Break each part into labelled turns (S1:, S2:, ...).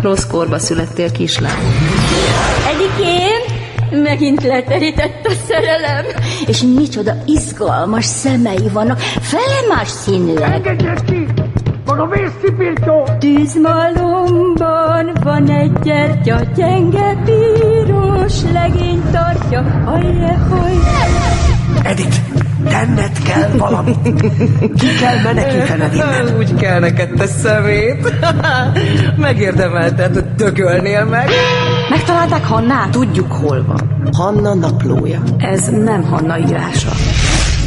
S1: Rossz korba születtél, kislány.
S2: Edikém, megint leterített a szerelem, és micsoda izgalmas szemei vannak, felemás színűek.
S3: Engedjék ki! Maga vészkipirtó!
S2: Tűzmalomban van egy gyertya, gyenge piros legény tartja, hajjehoj.
S4: Edith, tenned kell valamit. Ki kell menekítened innen.
S5: Úgy kell neked te szemét. Megérdemelted, hogy dögölnél meg.
S1: Megtalálták Hannát?
S4: Tudjuk, hol van. Hanna naplója.
S1: Ez nem Hanna írása.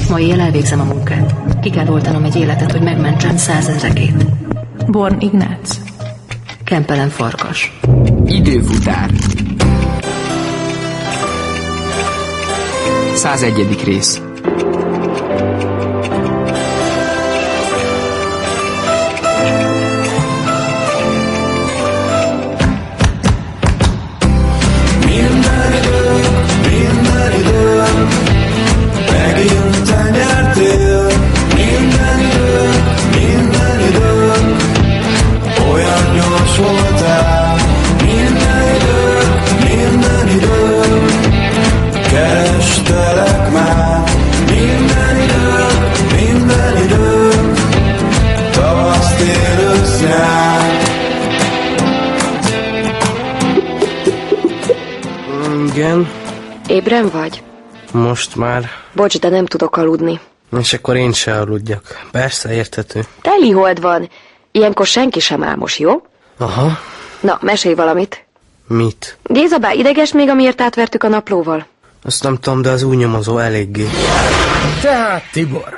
S1: Ma éjjel elvégzem a munkát. Ki kell oltanom egy életet, hogy megmentsem százezrekét.
S6: Born Ignác.
S1: Kempelen farkas.
S7: Időfutár 101. rész
S8: Igen,
S9: Ébren vagy?
S8: most már.
S9: Bocs, de nem tudok aludni.
S8: És akkor én se aludjak. Persze, érthető.
S9: Teli hold van. Ilyenkor senki sem álmos, jó?
S8: Aha,
S9: Na, mesélj valamit.
S8: mit?
S9: Géza bá, ideges még, amiért átvertük a naplóval?
S8: Azt nem tudom, de az új nyomozó eléggé.
S10: Tehát Tibor,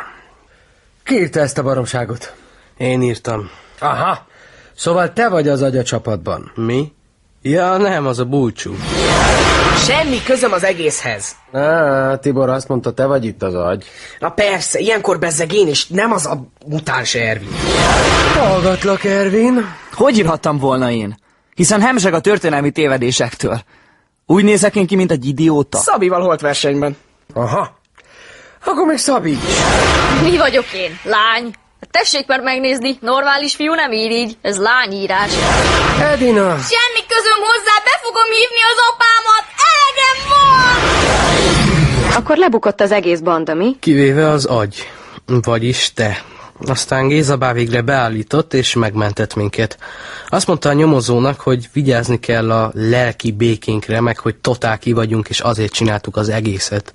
S10: kiírta ezt a baromságot?
S8: Én írtam.
S10: Aha, szóval te vagy az agya csapatban.
S8: Mi? Ja, nem, az a búcsú.
S5: Semmi közöm az egészhez.
S10: Á, Tibor azt mondta, te vagy itt az agy.
S5: Na persze, ilyenkor bezzeg én is, nem az a mutáns Ervin.
S10: Hallgatlak, Ervin.
S11: Hogy írhattam volna én? Hiszen hemzseg a történelmi tévedésektől. Úgy nézek én ki, mint egy idióta.
S5: Szabival holt versenyben.
S10: Aha, akkor még Szabi.
S2: Mi vagyok én? Lány? Hát Tessék már megnézni, normális fiú nem ír így, ez lányírás.
S10: Edina,
S2: Semmi közöm hozzá, be fogom hívni az apámat, elegem van!
S9: Akkor lebukott az egész banda, mi?
S8: Kivéve az agy. Vagyis te. Aztán Géza bá végre beállított és megmentett minket. Azt mondta a nyomozónak, hogy vigyázni kell a lelki békénkre, meg hogy totál ki vagyunk, és azért csináltuk az egészet.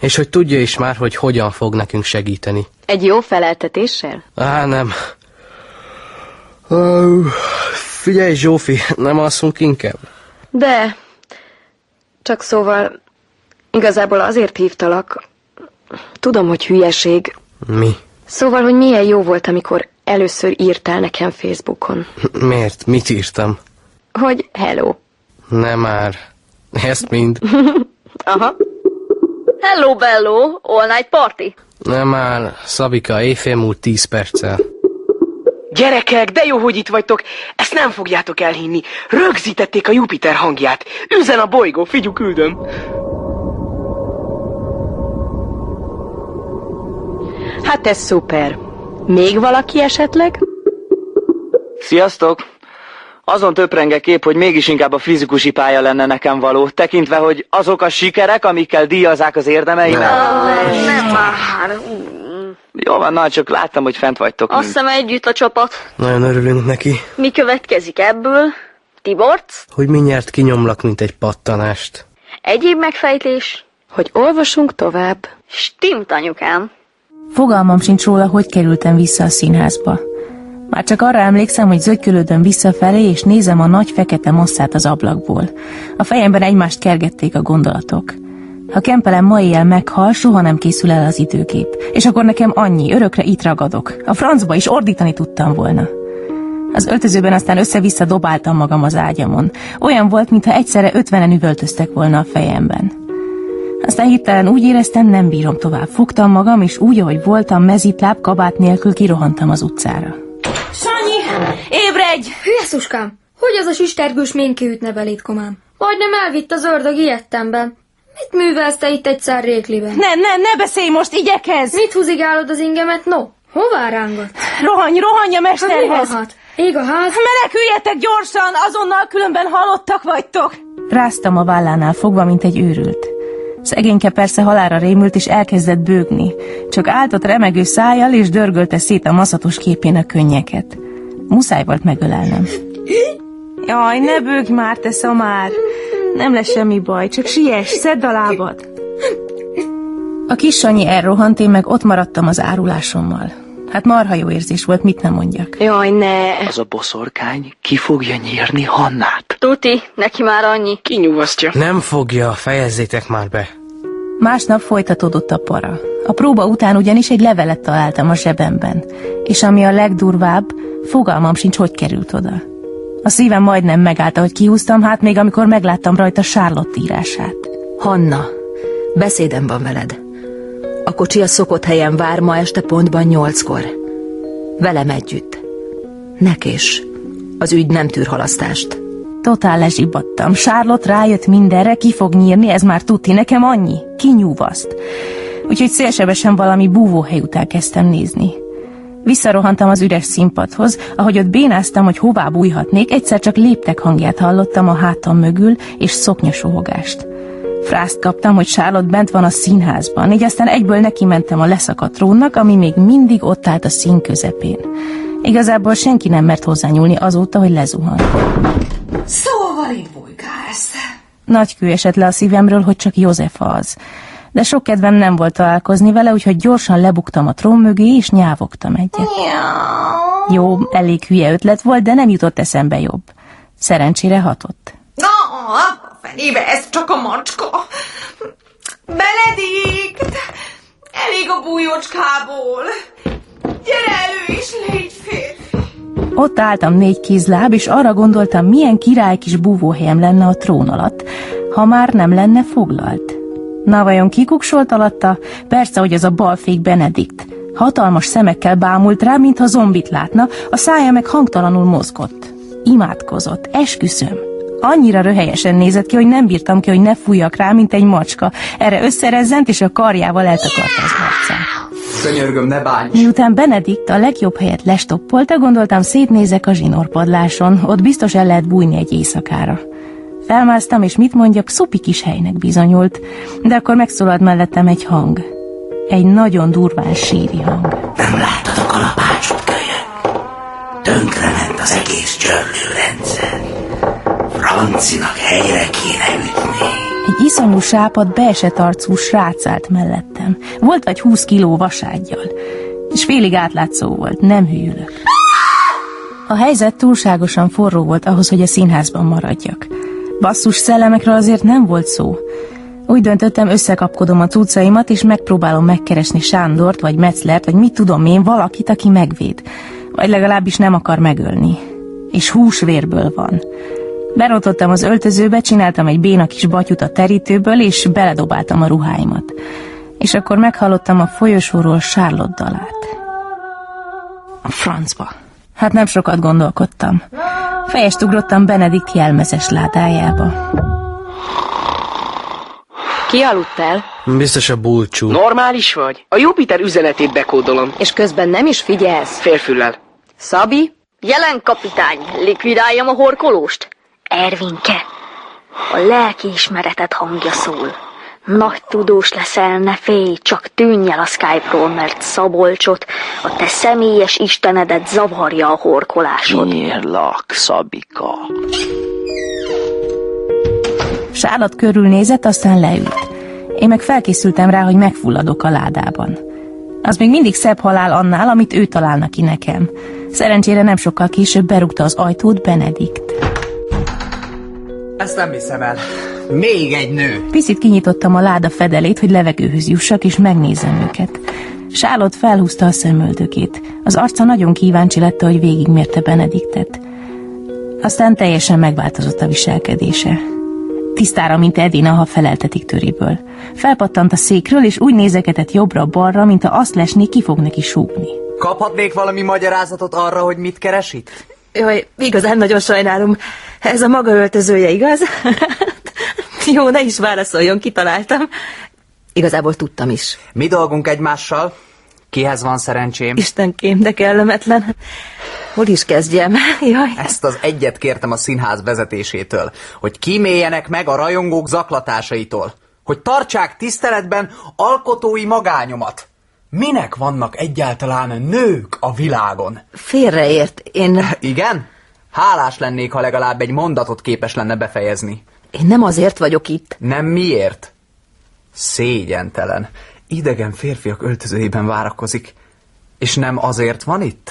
S8: És hogy tudja is már, hogy hogyan fog nekünk segíteni.
S9: Egy jó feleltetéssel?
S8: Á, nem. Ó, figyelj, Zsófi, nem alszunk inkább?
S9: De... Csak szóval... Igazából azért hívtalak... Tudom, hogy hülyeség.
S8: Mi?
S9: Szóval, hogy milyen jó volt, amikor először írtál nekem Facebookon.
S8: Miért? Mit írtam?
S9: Hogy hello.
S8: Nem már. Ezt mind.
S9: Aha.
S2: Hello Bello, all night party.
S8: Nem már. Szabika, éjfél múlt tíz perccel.
S4: Gyerekek, de jó, hogy itt vagytok. Ezt nem fogjátok elhinni. Rögzítették a Jupiter hangját. Üzen a bolygó, figyú küldöm.
S9: Hát ez szuper. Még valaki esetleg?
S11: Sziasztok! Azon töprengek épp, hogy mégis inkább a fizikusi pálya lenne nekem való, tekintve, hogy azok a sikerek, amikkel díjazzák az érdemeimet.
S2: Nem már.
S11: Jó van, na, csak láttam, hogy fent vagytok.
S2: Azt
S11: mind.
S2: hiszem együtt a csapat.
S8: Nagyon örülünk neki,
S2: Mi következik ebből? Tiborc?
S8: hogy mindjárt kinyomlak, mint egy pattanást.
S2: Egyéb megfejtés?
S9: Hogy olvasunk tovább.
S2: Stimmt, anyukám.
S6: Fogalmam sincs róla, hogy kerültem vissza a színházba. Már csak arra emlékszem, hogy zögykülődöm visszafelé, és nézem a nagy fekete masszát az ablakból. A fejemben egymást kergették a gondolatok. Ha Kempelem ma éjjel meghal, soha nem készül el az időgép. És akkor nekem annyi, örökre itt ragadok. A francba is ordítani tudtam volna. Az öltözőben aztán össze-vissza dobáltam magam az ágyamon. Olyan volt, mintha egyszerre ötvenen üvöltöztek volna a fejemben. Aztán hirtelen úgy éreztem, nem bírom tovább. Fogtam magam, és úgy, ahogy voltam, mezitláb kabát nélkül kirohantam az utcára.
S12: Sanyi, ébredj!
S13: Jézuskám, hogy az a sistergős ménki ütne beléd, komám? Majdnem elvitt az ördög ilyettemben. Mit művelsz te itt egyszer rékliben?
S12: Ne, ne, ne beszélj most, igyekez!
S13: Mit húzigálod az ingemet, no?
S1: Hová rángat?
S6: Rohanj, rohanj a mesterhez!
S1: Hát Ég a ház.
S6: Meneküljetek gyorsan, azonnal különben halottak vagytok! Ráztam a vállánál fogva, mint egy őrült. Szegényke persze halára rémült, és elkezdett bőgni. Csak áltott remegő szájjal, és dörgölte szét a maszatos képén a könnyeket. Muszáj volt megölelnem. Jaj, ne bőgj már, te szamár! Nem lesz semmi baj, csak siess, szedd a lábad! A kis Sanyi elrohant, én meg ott maradtam az árulásommal. Hát marha jó érzés volt, mit nem mondjak.
S9: Jaj, ne!
S14: Az a boszorkány ki fogja nyírni Hannát.
S13: Tuti, neki már annyi.
S15: Kinyugasztja.
S8: Nem fogja, fejezzétek már be.
S6: Másnap folytatódott a para. A próba után ugyanis egy levelet találtam a zsebemben, és ami a legdurvább, fogalmam sincs, hogy került oda. A szívem majdnem megállt, hogy kihúztam, hát még amikor megláttam rajta Charlotte írását.
S16: Hanna, beszédem van veled. A kocsi a szokott helyen vár ma este pontban nyolckor. Velem együtt. Ne kés. Az ügy nem tűr halasztást.
S6: Totál lezsibbadtam. Charlotte rájött mindenre, ki fog nyírni, ez már tuti, nekem annyi. Kinyúvaszt. Úgyhogy szélsebesen valami búvóhely után kezdtem nézni. Visszarohantam az üres színpadhoz, ahogy ott bénáztam, hogy hová bújhatnék, egyszer csak léptek hangját hallottam a hátam mögül, és szoknyasóhogást. Frászt kaptam, hogy Charlotte bent van a színházban, így aztán egyből neki mentem a leszakadt trónnak, ami még mindig ott állt a szín közepén. Igazából senki nem mert hozzányúlni azóta, hogy lezuhan.
S4: Szóval itt bujkálsz.
S6: Nagy kő esett le a szívemről, hogy csak József az. De sok kedvem nem volt találkozni vele, úgyhogy gyorsan lebuktam a trón mögé, és nyávogtam egyet. Jó, elég hülye ötlet volt, de nem jutott eszembe jobb. Szerencsére hatott.
S4: Na, a fenébe, ez csak a macska. Benedikt, elég a bújócskából. Gyere elő és légy férfi.
S6: Ott álltam négy kézláb, és arra gondoltam, milyen király kis búvóhelyem lenne a trón alatt, ha már nem lenne foglalt. Na vajon kikuksolt alatta? Persze, hogy az a balfék Benedikt. Hatalmas szemekkel bámult rá, mintha zombit látna, a szája meg hangtalanul mozgott. Imádkozott, esküszöm. Annyira röhelyesen nézett ki, hogy nem bírtam ki, hogy ne fújjak rá, mint egy macska. Erre összerezzent, és a karjával eltakarta az arcát.
S17: Könyörgöm, ne bánj!
S6: Miután Benedikt a legjobb helyet lestoppolta, gondoltam szétnézek a zsinórpadláson, ott biztos el lehet bújni egy éjszakára. Felmásztam, és mit mondjak, szupi kis helynek bizonyult, de akkor megszólalt mellettem egy hang. Egy nagyon durván síri hang.
S18: Nem látod a kalapácsot, kölyök? Tönkre ment az egész csörlőrendszer. Francinak helyre kéne ütni.
S6: Egy iszonyú sápat beesett arcú srác állt mellettem. Volt vagy húsz kiló vaságyjal. És félig átlátszó volt, nem hűlök. A helyzet túlságosan forró volt ahhoz, hogy a színházban maradjak. Basszus szellemekről azért nem volt szó. Úgy döntöttem, összekapkodom a cuccaimat, és megpróbálom megkeresni Sándort, vagy Metzlert, vagy mit tudom én, valakit, aki megvéd. Vagy legalábbis nem akar megölni. És húsvérből van. Berotottam az öltözőbe, csináltam egy béna kis batyut a terítőből, és beledobáltam a ruháimat. És akkor meghallottam a folyosóról Charlotte dalát. A francba. Hát nem sokat gondolkodtam. Fejest ugrottam Benedikt jelmezes ládájába.
S9: Ki aludt el?
S8: Biztos a bulcsú.
S15: Normális vagy? A Jupiter üzenetét bekódolom.
S9: És közben nem is figyelsz?
S15: Férfüllel.
S9: Szabi?
S13: Jelen kapitány, likvidáljam a horkolóst.
S11: Ervinke, a lelki ismeretet hangja szól. Nagy tudós leszel, ne félj, csak tűnj el a Skype-ról, mert Szabolcsot, a te személyes istenedet zavarja a horkolásod.
S14: Nyírlak, Szabika.
S6: Sálat körülnézett, aztán leült. Én meg felkészültem rá, hogy megfulladok a ládában. Az még mindig szebb halál annál, amit ő találna ki nekem. Szerencsére nem sokkal később berúgta az ajtót Benedikt.
S17: Ezt nem hiszem el. Még egy nő.
S6: Picit kinyitottam a láda fedelét, hogy levegőhöz jussak, és megnézem őket. Sálott felhúzta a szemöldökét. Az arca nagyon kíváncsi lett, hogy végigmérte Benediktet. Aztán teljesen megváltozott a viselkedése. Tisztára, mint Edina, ha feleltetik töréből. Felpattant a székről, és úgy nézegetett jobbra-balra, mint ha azt lesné, ki fog neki súgni.
S19: Kaphatnék valami magyarázatot arra, hogy mit keres itt?
S20: Jaj, igazán nagyon sajnálom. Ez a maga öltözője, igaz? Jó, ne is válaszoljon, kitaláltam. Igazából tudtam is.
S19: Mi dolgunk egymással?
S17: Kihez van szerencsém?
S21: Istenkém, de kellemetlen. Hol is kezdjem? Jaj.
S17: Ezt az egyet kértem a színház vezetésétől, hogy kíméljenek meg a rajongók zaklatásaitól, hogy tartsák tiszteletben alkotói magányomat. Minek vannak egyáltalán nők a világon?
S1: Félreért, én...
S17: Igen? Hálás lennék, ha legalább egy mondatot képes lenne befejezni.
S1: Én nem azért vagyok itt.
S17: Nem miért? Szégyentelen. Idegen férfiak öltözőjében várakozik. És nem azért van itt?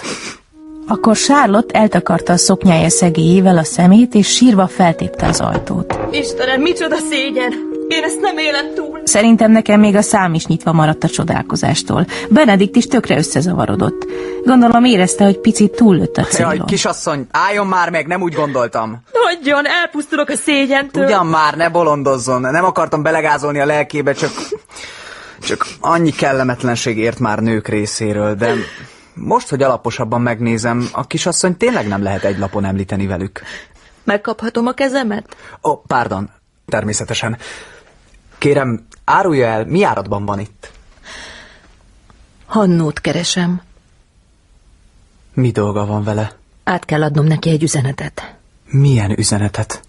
S6: Akkor Charlotte eltakarta a szoknyája szegélyével a szemét, és sírva feltépte az ajtót.
S18: Istenem, micsoda szégyen! Én ezt nem élem túl.
S6: Szerintem nekem még a szám is nyitva maradt a csodálkozástól. Benedikt is tökre összezavarodott. Gondolom érezte, hogy picit túllőtt a
S17: Jaj,
S6: célon.
S17: kisasszony, álljon már meg, nem úgy gondoltam.
S18: Hagyjon, elpusztulok a szégyentől.
S17: Ugyan már, ne bolondozzon, nem akartam belegázolni a lelkébe, csak... Csak annyi kellemetlenség ért már nők részéről, de most, hogy alaposabban megnézem, a kisasszony tényleg nem lehet egy lapon említeni velük.
S21: Megkaphatom a kezemet?
S17: Ó, oh, pardon, természetesen. Kérem, árulja el, mi áradban van itt?
S1: Hannót keresem.
S17: Mi dolga van vele?
S1: Át kell adnom neki egy üzenetet.
S17: Milyen üzenetet?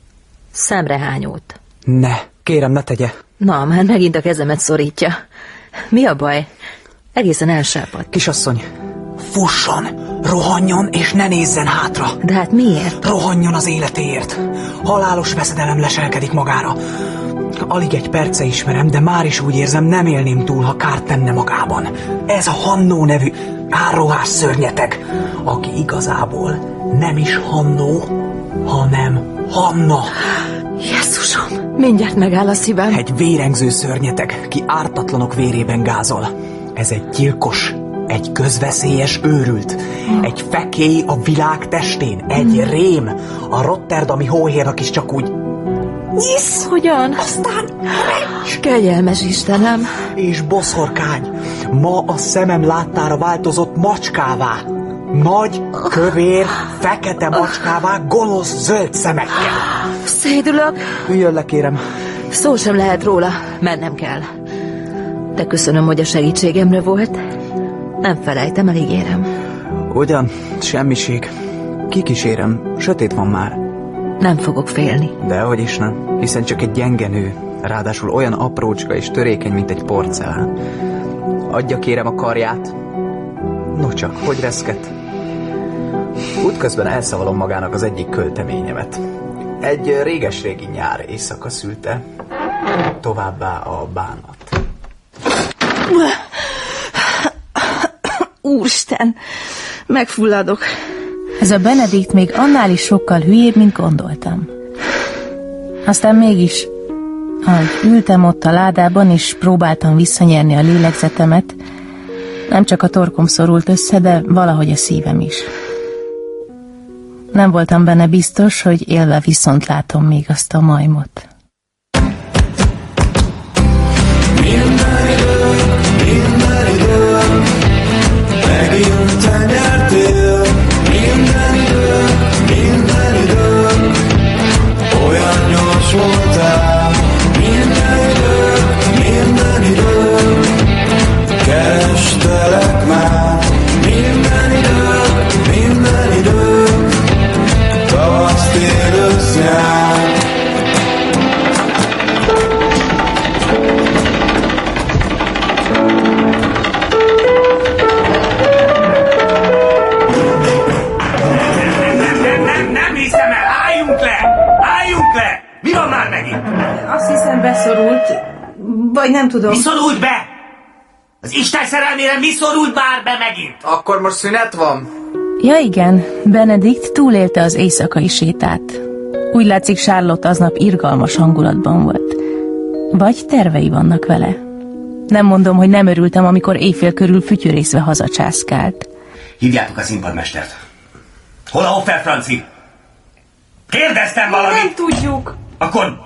S1: Szemrehányót.
S17: Ne, kérem, ne tegye.
S1: Na, már megint a kezemet szorítja. Mi a baj? Egészen elsápadt.
S17: Kisasszony, Fusson, rohanjon és ne nézzen hátra.
S1: De hát miért?
S17: Rohanjon az életéért. Halálos veszedelem leselkedik magára. Alig egy perce ismerem, de már is úgy érzem, nem élném túl, ha kárt tenne magában. Ez a Hannó nevű árrohás szörnyeteg, aki igazából nem is Hannó, hanem Hanna.
S1: Jézusom, mindjárt megáll a szívem.
S17: Egy vérengző szörnyeteg, ki ártatlanok vérében gázol. Ez egy gyilkos, egy közveszélyes őrült, egy fekély a világ testén, egy rém, a rotterdami hóhérnak is csak úgy
S1: Nyisz! Hogyan?
S17: Aztán
S1: Kegyelmes Istenem!
S17: És boszorkány, ma a szemem láttára változott macskává. Nagy, kövér, fekete macskává, gonosz zöld szemekkel.
S1: Szédülök!
S17: Üljön le, kérem.
S1: Szó sem lehet róla, mennem kell. De köszönöm, hogy a segítségemre volt. Nem felejtem, elígérem.
S17: Ugyan, semmiség. Kikísérem, sötét van már.
S1: Nem fogok félni.
S17: Dehogy is nem, hiszen csak egy gyenge nő, ráadásul olyan aprócska és törékeny, mint egy porcelán. Adja kérem a karját. No csak, hogy reszket? Útközben elszavalom magának az egyik költeményemet. Egy réges-régi nyár éjszaka szülte, továbbá a bánat.
S21: Úristen, megfulladok.
S6: Ez a Benedikt még annál is sokkal hülyébb, mint gondoltam. Aztán mégis, ahogy ültem ott a ládában, és próbáltam visszanyerni a lélegzetemet, nem csak a torkom szorult össze, de valahogy a szívem is. Nem voltam benne biztos, hogy élve viszont látom még azt a majmot.
S21: Azt hiszem beszorult, vagy nem tudom.
S22: Mi szorult be? Az Isten szerelmére mi szorult már be megint?
S23: Akkor most szünet van?
S6: Ja igen, Benedikt túlélte az éjszakai sétát. Úgy látszik, Charlotte aznap irgalmas hangulatban volt. Vagy tervei vannak vele. Nem mondom, hogy nem örültem, amikor éjfél körül fütyörészve hazacsászkált.
S22: Hívjátok a színpadmestert. Hol a Hoffer Franci? Kérdeztem valamit!
S18: Nem tudjuk.
S22: Akkor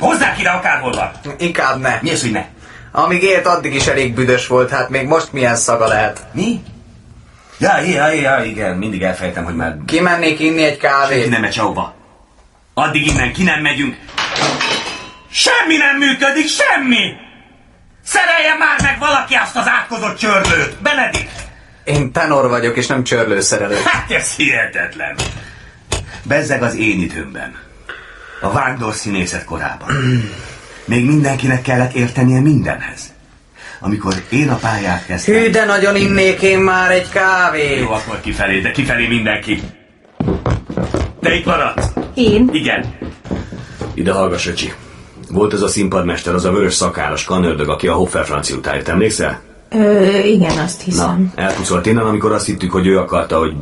S22: hozzák ide akárhol van!
S23: Inkább ne.
S22: Mi az, hogy ne?
S23: Amíg élt, addig is elég büdös volt, hát még most milyen szaga lehet.
S22: Mi? Ja, ja, ja, igen, mindig elfelejtem, hogy már...
S23: Kimennék inni egy kávét.
S22: Senki nem megy sehova. Addig innen ki nem megyünk. Semmi nem működik, semmi! Szerelje már meg valaki azt az átkozott csörlőt! Benedikt!
S17: Én tenor vagyok, és nem csörlőszerelő.
S22: Hát ez hihetetlen! Bezzeg az én időmben. A vándor színészet korában. Még mindenkinek kellett értenie mindenhez. Amikor én a pályát kezdtem...
S19: Hű, de nagyon innék én már egy kávét.
S22: Jó, akkor kifelé, de kifelé mindenki. Te itt maradsz?
S20: Én?
S22: Igen.
S24: Ide hallgass, öcsi. Volt ez a színpadmester, az a vörös szakállas kanördög, aki a Hoffer franci után jött, emlékszel?
S6: Ö, igen, azt hiszem.
S24: Na, elpucolt innen, amikor azt hittük, hogy ő akarta, hogy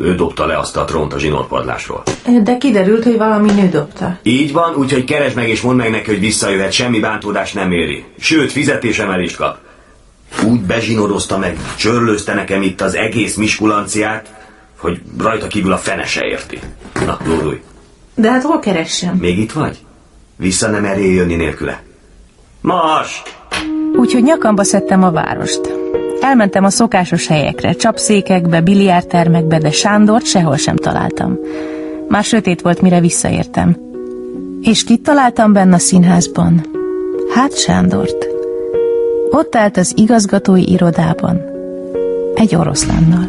S24: ő dobta le azt a trónt a zsinórpadlásról.
S6: De kiderült, hogy valami nő dobta.
S24: Így van, úgyhogy keresd meg és mondd meg neki, hogy visszajöhet, semmi bántódás nem éri. Sőt, fizetésemelést kap. Úgy bezsinórozta meg, csörlőzte nekem itt az egész miskulanciát, hogy rajta kívül a fene se érti. Na, lódulj.
S6: De hát hol keressem?
S24: Még itt vagy? Vissza nem merjél jönni nélküle. Mars!
S6: Úgyhogy nyakamba szedtem a várost. Elmentem a szokásos helyekre, csapszékekbe, biliártermekbe, de Sándort sehol sem találtam. Már sötét volt, mire visszaértem. És kit találtam benne a színházban? Hát Sándort. Ott állt az igazgatói irodában. Egy oroszlánnal.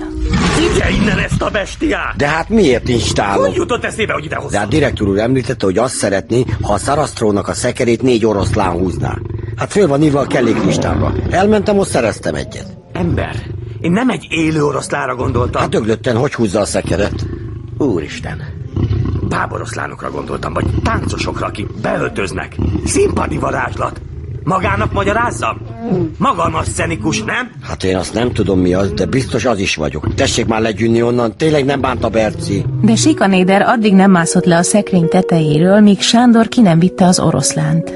S22: Vigye innen ezt a bestiát!
S25: De hát miért nincs tálom?
S22: Hogy jutott eszébe, hogy idehoztam?
S25: De hát- a direktor úr említette, hogy azt szeretné, ha a szarasztrónak a szekerét négy oroszlán húzná. Hát föl van írva a kelléklistámra. Elmentem, ott szereztem egyet.
S22: Ember, én nem egy élő oroszlára gondoltam.
S25: Hát öglötten hogy húzza a szekeret?
S22: Úristen, báboroszlánokra gondoltam, vagy táncosokra, akik beöltöznek. Színpadi varázslat. Magának magyarázzam? Magalmas szenikus, nem?
S25: Hát én azt nem tudom mi az, de biztos az is vagyok. Tessék már legyűnni onnan, tényleg nem bánta Berci.
S6: De Sikanéder addig nem mászott le a szekrény tetejéről, míg Sándor ki nem vitte az oroszlánt.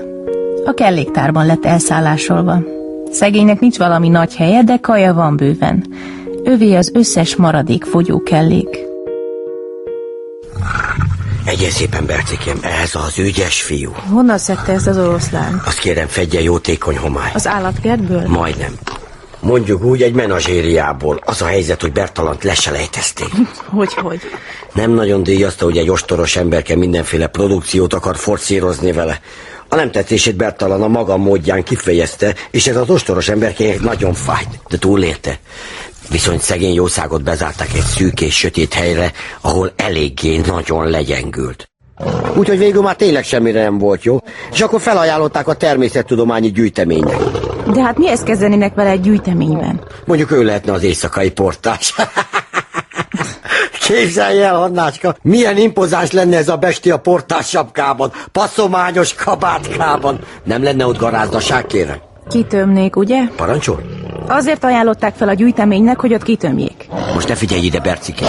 S6: A kelléktárban lett elszállásolva. Szegénynek nincs valami nagy helye, de kaja van bőven. Övé az összes maradék fogyó kellék.
S25: Egyen szépen, Bercikém, ez az ügyes fiú.
S6: Honnan szedte ezt az oroszlán?
S25: Azt kérem, fedje jótékony homály.
S6: Az állatkertből?
S25: Majdnem. Mondjuk úgy egy menazsériából. Az a helyzet, hogy Bertalant leselejtezték.
S6: Hogy, hogy?
S25: Nem nagyon díjazta, hogy egy ostoros emberke mindenféle produkciót akar forszírozni vele. A nem tetszését Bertalan a maga módján kifejezte, és ez az ostoros emberkének nagyon fájt, de túlélte. Viszont szegény jószágot bezártak egy szűk és sötét helyre, ahol eléggé nagyon legyengült. Úgyhogy végül már tényleg semmire nem volt jó, és akkor felajánlották a természettudományi gyűjteménynek.
S6: De hát mi ezt kezdenének vele egy gyűjteményben?
S25: Mondjuk ő lehetne az éjszakai portás. Képzelj el, Hannácska, milyen impozáns lenne ez a bestia portás sapkában, passzományos kabátkában. Nem lenne ott garázdaság, kérem?
S6: Kitömnék, ugye?
S25: Parancsol?
S6: Azért ajánlották fel a gyűjteménynek, hogy ott kitömjék.
S25: Most ne figyelj ide, Bercike.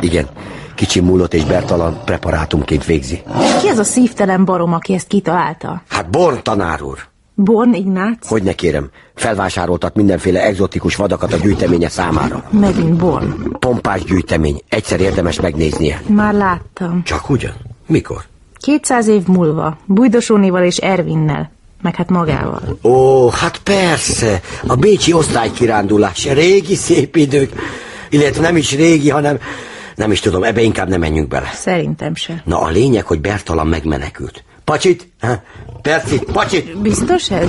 S25: Igen, kicsi múlott és Bertalan preparátumként végzi.
S6: Ki az a szívtelen barom, aki ezt kitalálta?
S25: Hát Born tanár úr.
S6: Born Ignác?
S25: Hogy ne kérem, felvásároltat mindenféle egzotikus vadakat a gyűjteménye számára.
S6: Megint Born.
S25: Pompás gyűjtemény, egyszer érdemes megnéznie.
S6: Már láttam.
S25: Csak ugyan? Mikor?
S6: 200 év múlva, Bújdosónival és Ervinnel, meg hát magával.
S25: Ó, hát persze, a bécsi osztálykirándulás, régi szép idők, illetve nem is régi, hanem nem is tudom, ebbe inkább nem menjünk bele.
S6: Szerintem se.
S25: Na a lényeg, hogy Bertalan megmenekült. Pacsit? Ha? Percit, pacsit!
S6: Biztos ez?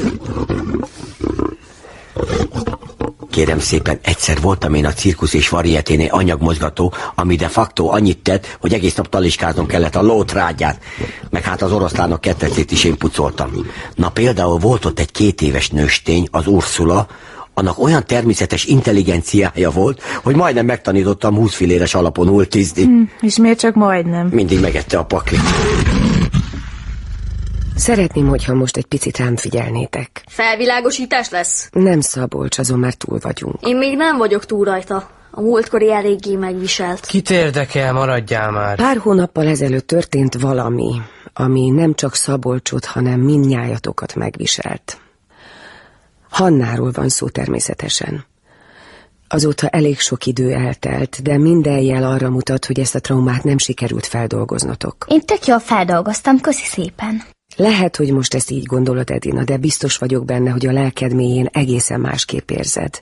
S25: Kérem szépen, egyszer voltam én a cirkusz és varieténél anyagmozgató, ami de facto annyit tett, hogy egész nap taliskáznom kellett a lótrágyát, meg hát az oroszlánok ketrecét is én pucoltam. Na például volt ott egy két éves nőstény, az Ursula, annak olyan természetes intelligenciája volt, hogy majdnem megtanítottam 20 filéres alapon ultizni. Hm,
S6: és miért csak majdnem?
S25: Mindig megette a paklit.
S26: Szeretném, hogyha most egy picit rám figyelnétek.
S13: Felvilágosítás lesz?
S26: Nem Szabolcs, azon már túl vagyunk.
S13: Én még nem vagyok túl rajta. A múltkori eléggé megviselt.
S8: Kit érdekel, maradjál már.
S26: Pár hónappal ezelőtt történt valami, ami nem csak Szabolcsot, hanem mindnyájatokat megviselt. Hannáról van szó természetesen. Azóta elég sok idő eltelt, de minden jel arra mutat, hogy ezt a traumát nem sikerült feldolgoznotok.
S27: Én tök jól feldolgoztam, köszi szépen.
S26: Lehet, hogy most ezt így gondolod, Edina, de biztos vagyok benne, hogy a lelked mélyén egészen másképp érzed.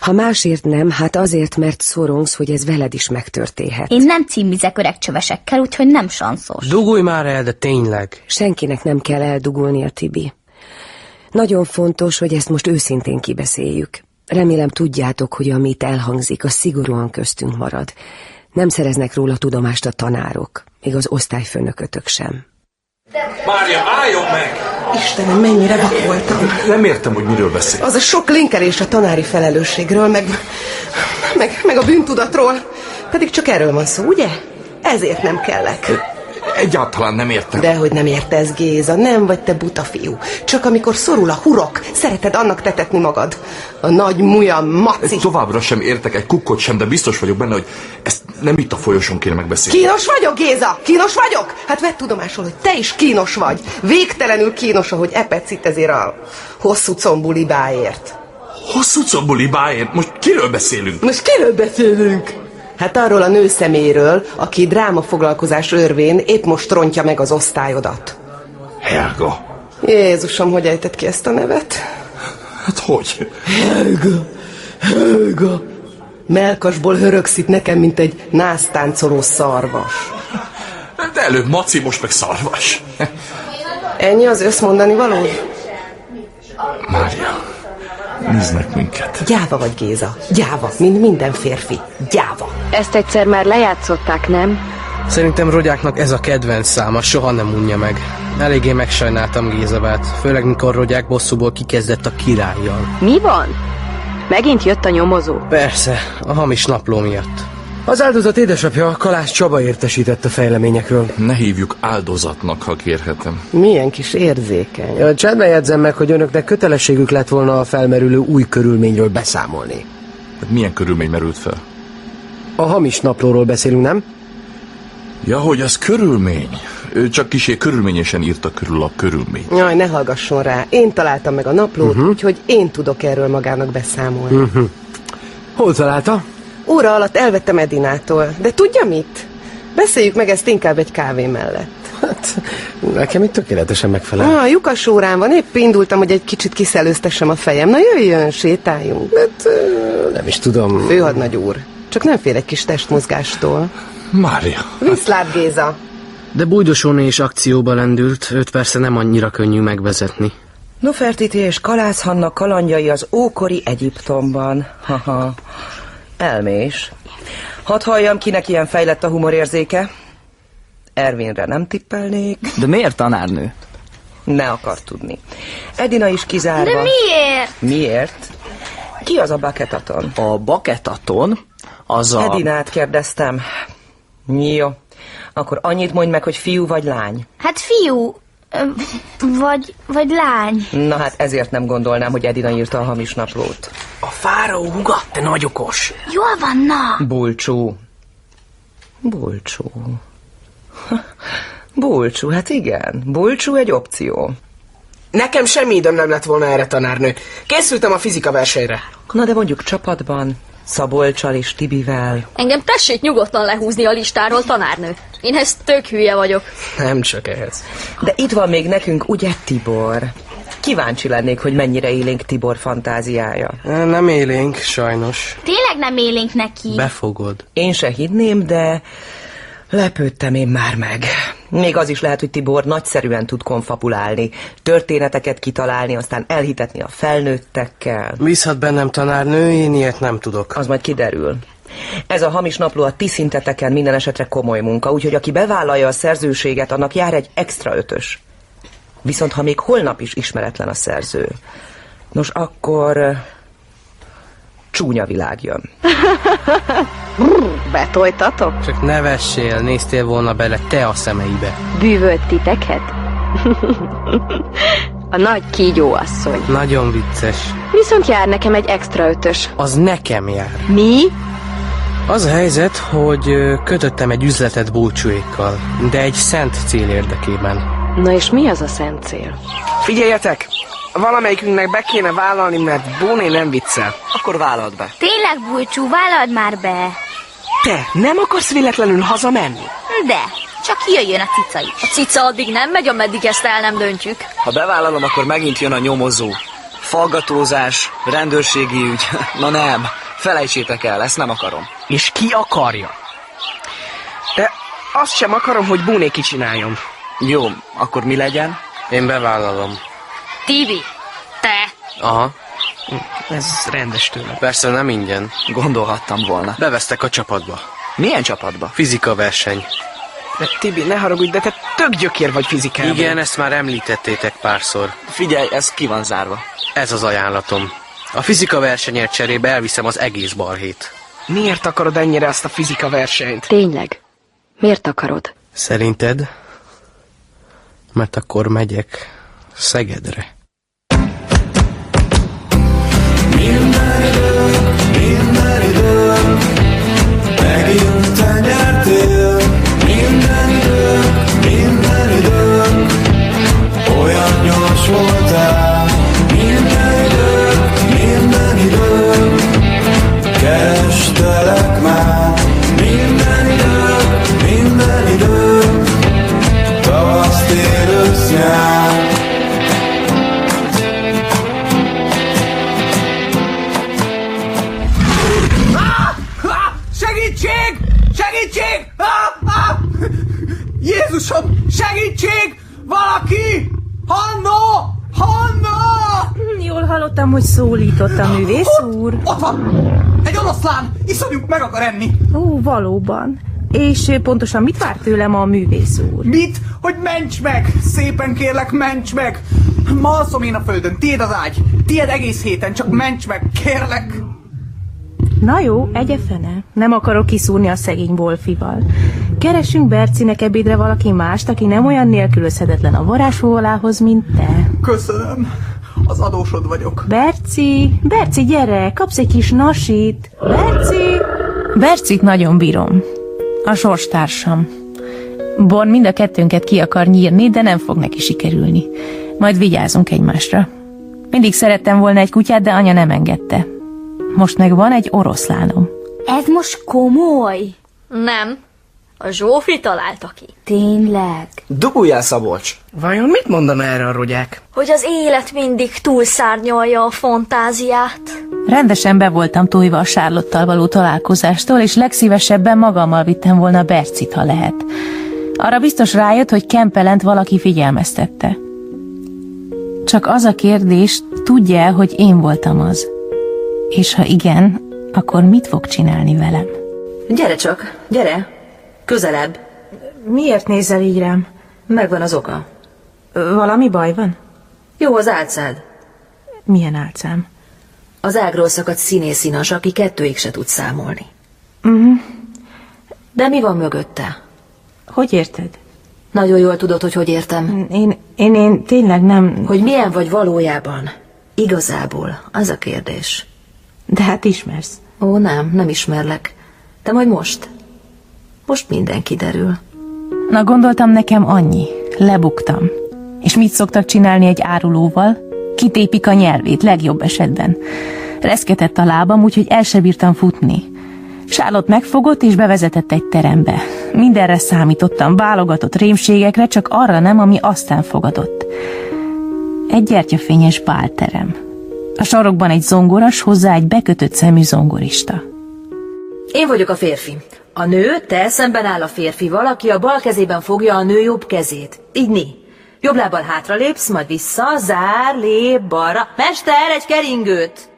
S26: Ha másért nem, hát azért, mert szorongsz, hogy ez veled is megtörténhet.
S27: Én nem címizek öreg csövesekkel, úgyhogy nem sanszos.
S8: Dugulj már el, de tényleg.
S26: Senkinek nem kell eldugulnia, Tibi. Nagyon fontos, hogy ezt most őszintén kibeszéljük. Remélem tudjátok, hogy amit elhangzik, az szigorúan köztünk marad. Nem szereznek róla tudomást a tanárok, még az osztályfőnökötök sem.
S28: Mária, álljon meg!
S29: Istenem, mennyire vakoltam.
S28: Nem értem, hogy miről beszél.
S29: Az a sok linkelés a tanári felelősségről, meg, meg, meg a bűntudatról. Pedig csak erről van szó, ugye? Ezért nem kellek.
S28: Egyáltalán nem értem.
S29: De hogy nem értesz, Géza, nem vagy te buta fiú. Csak amikor szorul a hurok, szereted annak tetetni magad. A nagy múja maci.
S28: Továbbra sem értek egy kukkot sem, de biztos vagyok benne, hogy ezt nem itt a folyosón kéne megbeszélni.
S29: Kínos vagyok, Géza! Kínos vagyok? Hát vedd tudomásul, hogy te is kínos vagy. Végtelenül kínos, ahogy epetsz itt ezért a hosszú combú libáért.
S28: Hosszú combú libáért? Most kiről beszélünk?
S29: Most kiről beszélünk? Hát arról a nő szeméről, aki drámafoglalkozás örvén épp most rontja meg az osztályodat.
S28: Helga.
S29: Jézusom, hogy ejtett ki ezt a nevet?
S28: Hát hogy?
S29: Helga, Helga. Melkasból hörögsz itt nekem, mint egy násztáncoló szarvas.
S28: Hát De előbb maci, most meg szarvas.
S29: Ennyi az összmondani való?
S28: Mária, néznek minket.
S29: Gyáva vagy, Géza. Gyáva, mint minden férfi. Gyáva.
S9: Ezt egyszer már lejátszották, nem?
S8: Szerintem Rogyáknak ez a kedvenc száma, soha nem unja meg. Eléggé megsajnáltam Gézabát, főleg mikor Rogyák bosszúból kikezdett a királlyal.
S9: Mi van? Megint jött a nyomozó.
S8: Persze, a hamis napló miatt.
S5: Az áldozat édesapja, Kalász Csaba értesített a fejleményekről.
S28: Ne hívjuk áldozatnak, ha kérhetem.
S29: Milyen kis érzékeny.
S5: Ö, Csendben jegyzem meg, hogy önöknek kötelességük lett volna a felmerülő új körülményről beszámolni.
S28: Hát milyen körülmény merült fel?
S5: A hamis naplóról beszélünk, nem?
S28: Ja, hogy az körülmény. Ő csak kisé körülményesen írta körül a körülmény.
S29: Jaj, ne hallgasson rá. Én találtam meg a naplót, úgyhogy én tudok erről magának beszámolni.
S16: Mhm.
S5: Uh-huh. Hol találta?
S29: Óra alatt elvettem Edinától, de tudja mit? Beszéljük meg ezt inkább egy kávé mellett.
S5: Hát, nekem itt tökéletesen megfelel.
S29: Ah, lyukas órán van, épp indultam, hogy egy kicsit kiszelőztessem a fejem. Na jöjjön, sétáljunk. Mert,
S5: nem is tudom.
S29: Főhadnagy úr, csak nem fél egy kis testmozgástól.
S28: Mária. hát-
S29: Viszlát, Géza!
S8: De bújdosóné is akcióba lendült, őt persze nem annyira könnyű megvezetni.
S20: Nofertiti és Kalász Hanna kalandjai az ókori Egyiptomban. Haha. Elmés. Hadd halljam, kinek ilyen fejlett a humorérzéke. Ervinre nem tippelnék.
S17: De miért tanárnő?
S20: Ne akar tudni. Edina is kizárva.
S27: De miért?
S20: Miért? Ki az a baketaton?
S17: A baketaton az a...
S20: Edinát kérdeztem. Jó. Akkor annyit mondj meg, hogy fiú vagy lány.
S27: Hát fiú, ö, vagy, vagy lány.
S20: Na hát ezért nem gondolnám, hogy Edina írta a hamis naplót.
S17: A fáró huga, te nagy okos.
S27: Jól van, na!
S20: Bulcsú. Bulcsú. Bulcsú, hát igen. Bulcsú egy opció.
S29: Nekem semmi időm nem lett volna erre, tanárnő. Készültem a fizika versenyre.
S20: Na de mondjuk csapatban, Szabolcsal és Tibivel.
S13: Engem tessék nyugodtan lehúzni a listáról, tanárnő. Én ezt tök hülye vagyok.
S29: Nem csak ehhez.
S20: De itt van még nekünk, ugye, Tibor? Kíváncsi lennék, hogy mennyire élénk Tibor fantáziája.
S8: Nem élénk, sajnos.
S27: Tényleg nem élénk neki.
S8: Befogod.
S20: Én se hinném, de lepődtem én már meg. Még az is lehet, hogy Tibor nagyszerűen tud konfabulálni, történeteket kitalálni, aztán elhitetni a felnőttekkel.
S8: Bízhat bennem tanárnő, én ilyet nem tudok.
S20: Az majd kiderül. Ez a hamis napló a ti szinteteken minden esetre komoly munka, úgyhogy aki bevállalja a szerzőséget, annak jár egy extra ötös. Viszont ha még holnap is ismeretlen a szerző, nos akkor ö, csúnya világ jön.
S9: Brr, Betoltatok?
S8: Csak ne vessél, néztél volna bele te a szemeibe.
S9: Bűvölt titeket? A nagy kígyóasszony.
S8: Nagyon vicces.
S9: Viszont jár nekem egy extra ötös.
S8: Az nekem jár.
S9: Mi?
S8: Az a helyzet, hogy ö, kötöttem egy üzletet búcsúékkal, de egy szent cél érdekében.
S9: Na és mi az a szent cél?
S29: Figyeljetek! Valamelyikünknek be kéne vállalni, mert Bóni nem viccel.
S17: Akkor vállald be.
S27: Tényleg, Bulcsú, vállald már be.
S29: Te nem akarsz véletlenül hazamenni?
S27: De, csak jöjjön a cica is.
S13: A cica addig nem megy, ameddig ezt el nem döntjük.
S17: Ha bevállalom, akkor megint jön a nyomozó. Falgatózás, rendőrségi ügy. Na nem, felejtsétek el, ezt nem akarom.
S29: És ki akarja? De azt sem akarom, hogy Bóné kicsináljon.
S17: Jó, akkor mi legyen?
S8: Én bevállalom.
S13: Tibi,
S8: Aha. Ez rendes tőle. Persze nem ingyen. Gondolhattam volna. Bevesztek a csapatba. Milyen csapatba? Fizika verseny.
S15: De Tibi, ne haragudj, de te tök gyökér vagy fizikában.
S8: Igen, ezt már említettétek párszor. Figyelj, ez ki van zárva. Ez az ajánlatom. A fizika versenyért cserébe elviszem az egész balhét.
S15: Miért akarod ennyire azt a fizika versenyt?
S9: Tényleg. Miért akarod?
S8: Szerinted? Mert akkor megyek Szegedre.
S21: Minden idő, megint te nyertél. Minden idő, minden idő, olyan gyors voltál. Minden idő, minden idő, kerestelek már. Minden idő, minden idő, tavasz, tél, ősz, nyár.
S4: Ah! Ah! Segítség! Segítség! Ah! Ah! Jézusom, segítség! Valaki! Hanna! Hanna!
S6: Jól hallottam, hogy szólított a művész úr.
S4: Ott van! Egy oroszlán! Iszonyuk meg akar enni!
S6: Ó, valóban. És ö, pontosan mit vár tőlem a művész úr?
S4: Mit? Hogy ments meg! Szépen kérlek, ments meg! Ma alszom én a földön, tiéd az ágy, tiéd egész héten, csak ments meg, kérlek!
S6: Na jó, egye fene. Nem akarok kiszúrni a szegény Wolfival. Keresünk Bercinek ebédre valaki mást, aki nem olyan nélkülözhetetlen a varázsfóalához, mint te.
S4: Köszönöm, az adósod vagyok.
S6: Berci, Berci, gyere, kapsz egy kis nasit. Berci! Bercit nagyon bírom. A sorstársam. Bon mind a kettőnket ki akar nyírni, de nem fog neki sikerülni. Majd vigyázunk egymásra. Mindig szerettem volna egy kutyát, de anya nem engedte. Most meg van egy oroszlánom.
S27: Ez most komoly?
S13: Nem. A Zsófi találta ki.
S27: Tényleg?
S20: Duguljál, Szabolcs!
S15: Vajon mit mondana erre a rogyák?
S11: Hogy az élet mindig túlszárnyalja a fantáziát.
S6: Rendesen be voltam túlva a Sárlottal való találkozástól, és legszívesebben magammal vittem volna Bercit, ha lehet. Arra biztos rájött, hogy Kempelent valaki figyelmeztette. Csak az a kérdés, tudja hogy én voltam az? És ha igen, akkor mit fog csinálni velem?
S1: Gyere csak, gyere! Közelebb!
S6: Miért nézel így rám?
S1: Megvan az oka.
S6: Valami baj van?
S1: Jó az álcád.
S6: Milyen álcám?
S1: Az ágról szakadt színészinas, aki kettőig se tud számolni.
S6: Uh-huh.
S1: De mi van mögötte?
S6: Hogy érted?
S1: Nagyon jól tudod, hogy hogy értem.
S6: Én, én, én tényleg nem...
S1: Hogy milyen vagy valójában? Igazából, az a kérdés.
S6: De hát ismersz.
S1: Ó, nem, nem ismerlek. De majd most. Most minden kiderül.
S6: Na gondoltam nekem annyi. Lebuktam. És mit szoktak csinálni egy árulóval? Kitépik a nyelvét, legjobb esetben. Reszketett a lábam, úgyhogy el se bírtam futni. Sálott megfogott és bevezetett egy terembe. Mindenre számítottam, válogatott rémségekre, csak arra nem, ami aztán fogadott. Egy gyertyafényes bálterem. A sarokban egy zongoras, hozzá egy bekötött szemű zongorista.
S1: Én vagyok a férfi. A nő, te szemben áll a férfival, aki a bal kezében fogja a nő jobb kezét. Így né. Jobb lábbal hátralépsz, majd vissza, zár, lép, balra. Mester, egy keringőt!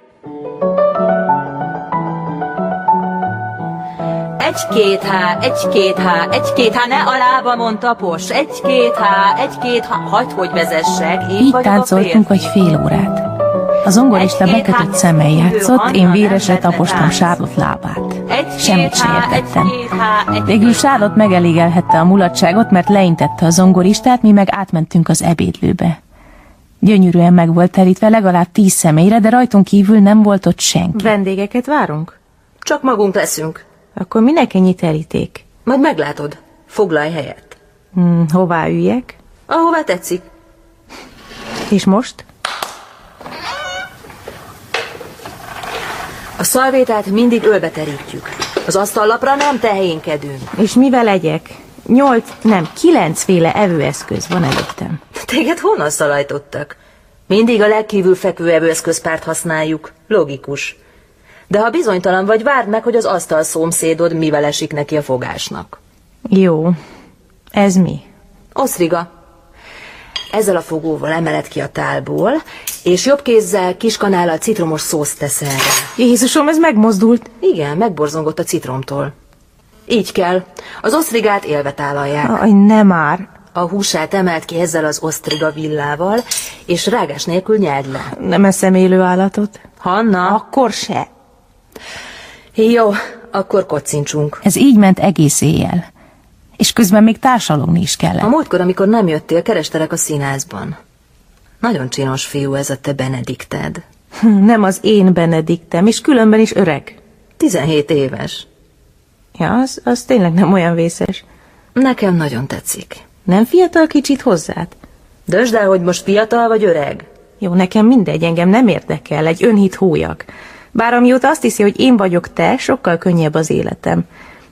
S1: Egy-két há, egy-két há, egy-két há, ne a lábamon tapos. Egy-két há, egy-két há, hagyd, hogy vezessek. Én
S6: Így
S1: vagyok a
S6: táncoltunk
S1: férfi.
S6: egy fél órát. A zongorista bekötött szemmel játszott, én véresre tapostam Sárlott lábát. Semmit se értettem. Végül Sárlott megelégelhette a mulatságot, mert leintette a zongoristát, mi meg átmentünk az ebédlőbe. Gyönyörűen meg volt terítve legalább tíz személyre, de rajtunk kívül nem volt ott senki. Vendégeket várunk?
S1: Csak magunk leszünk.
S6: Akkor minek ennyi teríték?
S1: Majd meglátod. Foglalj helyet.
S6: Hmm, hová üljek?
S1: Ahová tetszik.
S6: És most?
S1: A szalvétát mindig ölbe terítjük. Az asztallapra nem tehénkedünk.
S6: És mivel legyek? Nyolc, nem, kilencféle evőeszköz van előttem.
S1: Téged honnan szalajtottak? Mindig a legkívül fekvő evőeszközpárt használjuk. Logikus. De ha bizonytalan vagy, várd meg, hogy az asztal szomszédod mivel esik neki a fogásnak.
S6: Jó. Ez mi?
S1: Oszriga. Ezzel a fogóval emeled ki a tálból, és jobb kézzel kiskanállal citromos szószt tesz erre.
S6: Jézusom, ez megmozdult.
S1: Igen, megborzongott a citromtól. Így kell. Az osztrigát élve tálalják.
S6: Aj, ne már.
S1: A húsát emelt ki ezzel az osztriga villával, és rágás nélkül nyeld le.
S6: Nem eszem élő állatot.
S1: Hanna?
S6: Akkor se.
S1: Jó, akkor kocincsunk.
S6: Ez így ment egész éjjel. És közben még társalogni is
S1: A
S6: kellett.
S1: múltkor, amikor nem jöttél, kerestelek a színházban. Nagyon csinos fiú ez a te Benedikted.
S6: Hm, Nem az én Benediktem, és különben is öreg.
S1: 17 éves.
S6: Ja, az, az tényleg nem olyan vészes.
S1: Nekem nagyon tetszik.
S6: Nem fiatal kicsit hozzád?
S1: Dösd el, hogy most fiatal vagy öreg.
S6: Jó, nekem mindegy, engem nem érdekel, egy önhit hólyag. Bár amióta azt hiszi, hogy én vagyok te, sokkal könnyebb az életem.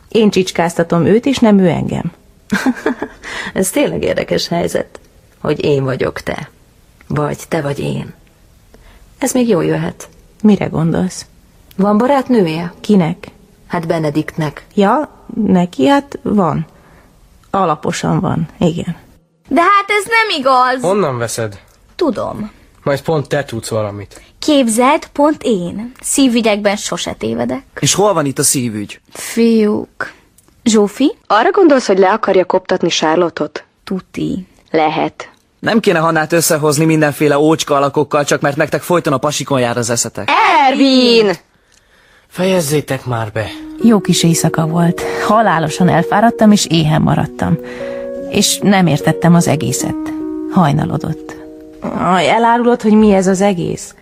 S6: Én csicskáztatom őt, és nem ő engem.
S1: Ez tényleg érdekes helyzet, hogy én vagyok te. Vagy te vagy én. Ez még jól jöhet.
S6: Mire gondolsz?
S1: Van barátnője?
S6: Kinek?
S1: Hát Benediktnek.
S6: Ja, neki hát van. Alaposan van, igen.
S27: De hát ez nem igaz.
S8: Honnan veszed?
S27: Tudom.
S8: Majd pont te tudsz valamit.
S27: Képzeld, pont én. Szívügyekben sose tévedek.
S17: És hol van itt a szívügy?
S27: Fiúk. Zsófi?
S9: Arra gondolsz, hogy le akarja koptatni Sárlotot?
S27: Tuti.
S9: Lehet.
S17: Nem kéne Hannát összehozni mindenféle ócska alakokkal, csak mert nektek folyton a pasikon jár az eszetek.
S9: Ervin!
S8: Fejezzétek már be.
S6: Jó kis éjszaka volt. Halálosan elfáradtam, és éhen maradtam. És nem értettem az egészet. Hajnalodott. Aj, elárulod, hogy mi ez az egész?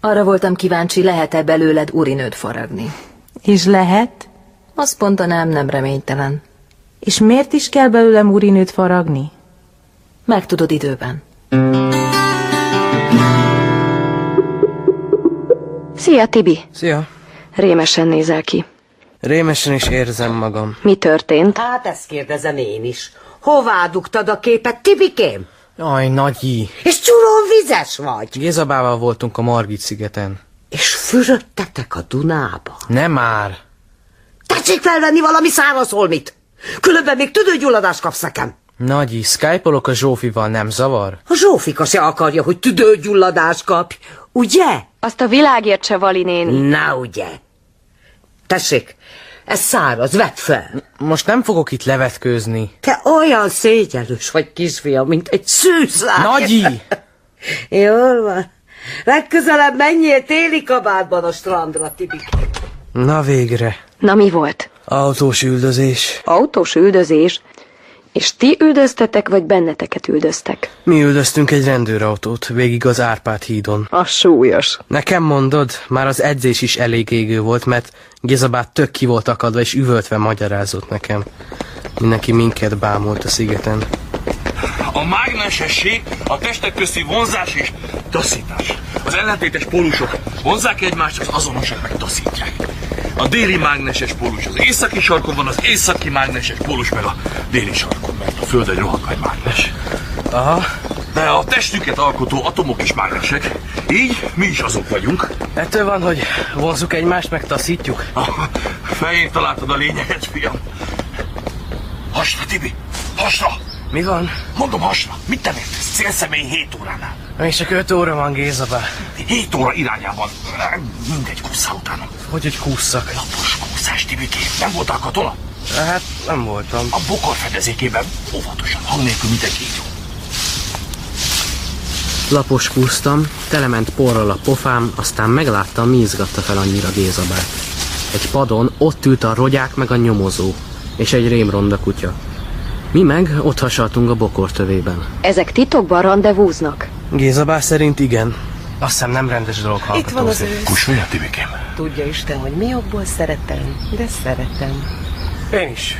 S1: Arra voltam kíváncsi, lehet-e belőled urinőt faragni.
S6: És lehet?
S1: Azt mondanám, nem reménytelen.
S6: És miért is kell belőlem urinőt faragni?
S1: Megtudod időben.
S9: Szia, Tibi!
S8: Szia.
S9: Rémesen nézel ki.
S8: Rémesen is érzem magam.
S9: Mi történt?
S16: Hát ezt kérdezem én is. Hová dugtad a képet, Tibikém?
S8: Aj, nagyi.
S16: És csúrón vizes vagy.
S8: Gézabával voltunk a Margit szigeten.
S16: És fürödtetek a Dunába.
S8: Nem már.
S16: Tessék felvenni valami száraz holmit. Különben még tüdőgyulladást kapsz nekem.
S8: Nagyi, skype-olok a Zsófival, nem zavar?
S16: A Zsófika se akarja, hogy tüdőgyulladást kapj, ugye?
S9: Azt a világért se, Vali néni.
S16: Na ugye. Tessék, ez száraz, vedd fel.
S8: Most nem fogok itt levetkőzni.
S16: Te olyan szégyenlős vagy, kisfiam, mint egy szűzlány.
S8: Nagyi!
S16: Jól van. Legközelebb menjél téli kabátban a strandra, Tibik.
S8: Na végre.
S9: Na mi volt?
S8: Autós üldözés.
S9: Autós üldözés. És ti üldöztetek, vagy benneteket üldöztek?
S8: Mi üldöztünk egy rendőrautót végig az Árpád hídon.
S9: A súlyos.
S8: Nekem mondod, már az edzés is elég égő volt, mert Gézabát tök ki volt akadva és üvöltve magyarázott nekem. Mindenki minket bámult a szigeten.
S28: A mágnesesség, a testek közti vonzás és taszítás. Az ellentétes pólusok vonzák egymást, az azonosak meg taszítják. A déli mágneses pólus az északi sarkon van, az északi mágneses pólus meg a déli sarkon, mert a Föld egy rohadt nagy mágnes.
S8: Aha.
S28: De a testünket alkotó atomok is mágnesek, így mi is azok vagyunk.
S8: Ettől van, hogy vonzuk egymást, meg taszítjuk.
S28: Fején találtad a lényeget, fiam. Hasra, Tibi! Hasra!
S8: Mi van?
S28: Mondom, hasra! Mit nem értesz? Célszemély 7 óránál.
S8: Még csak öt óra van Gézabá.
S28: 7 óra irányában. Mindegy, kussza utána.
S8: Hogy egy kusszak?
S28: Lapos kúszás, Tibikém. Nem voltál katona?
S8: Hát nem voltam.
S28: A bokor fedezékében óvatosan, hang nélkül mindenki így.
S8: Lapos kúsztam, telement porral a pofám, aztán megláttam, mi izgatta fel annyira Gézabát. Egy padon ott ült a rogyák meg a nyomozó, és egy rémronda kutya. Mi meg ott hasaltunk a bokor tövében.
S9: Ezek titokban rendezvúznak?
S8: Gézabá szerint igen. Azt hiszem nem rendes dolog hallgatózni.
S16: van az ősz.
S28: Kussolja, Tibikém.
S16: Tudja Isten, hogy mi jobból szeretem, de szeretem.
S5: Én is.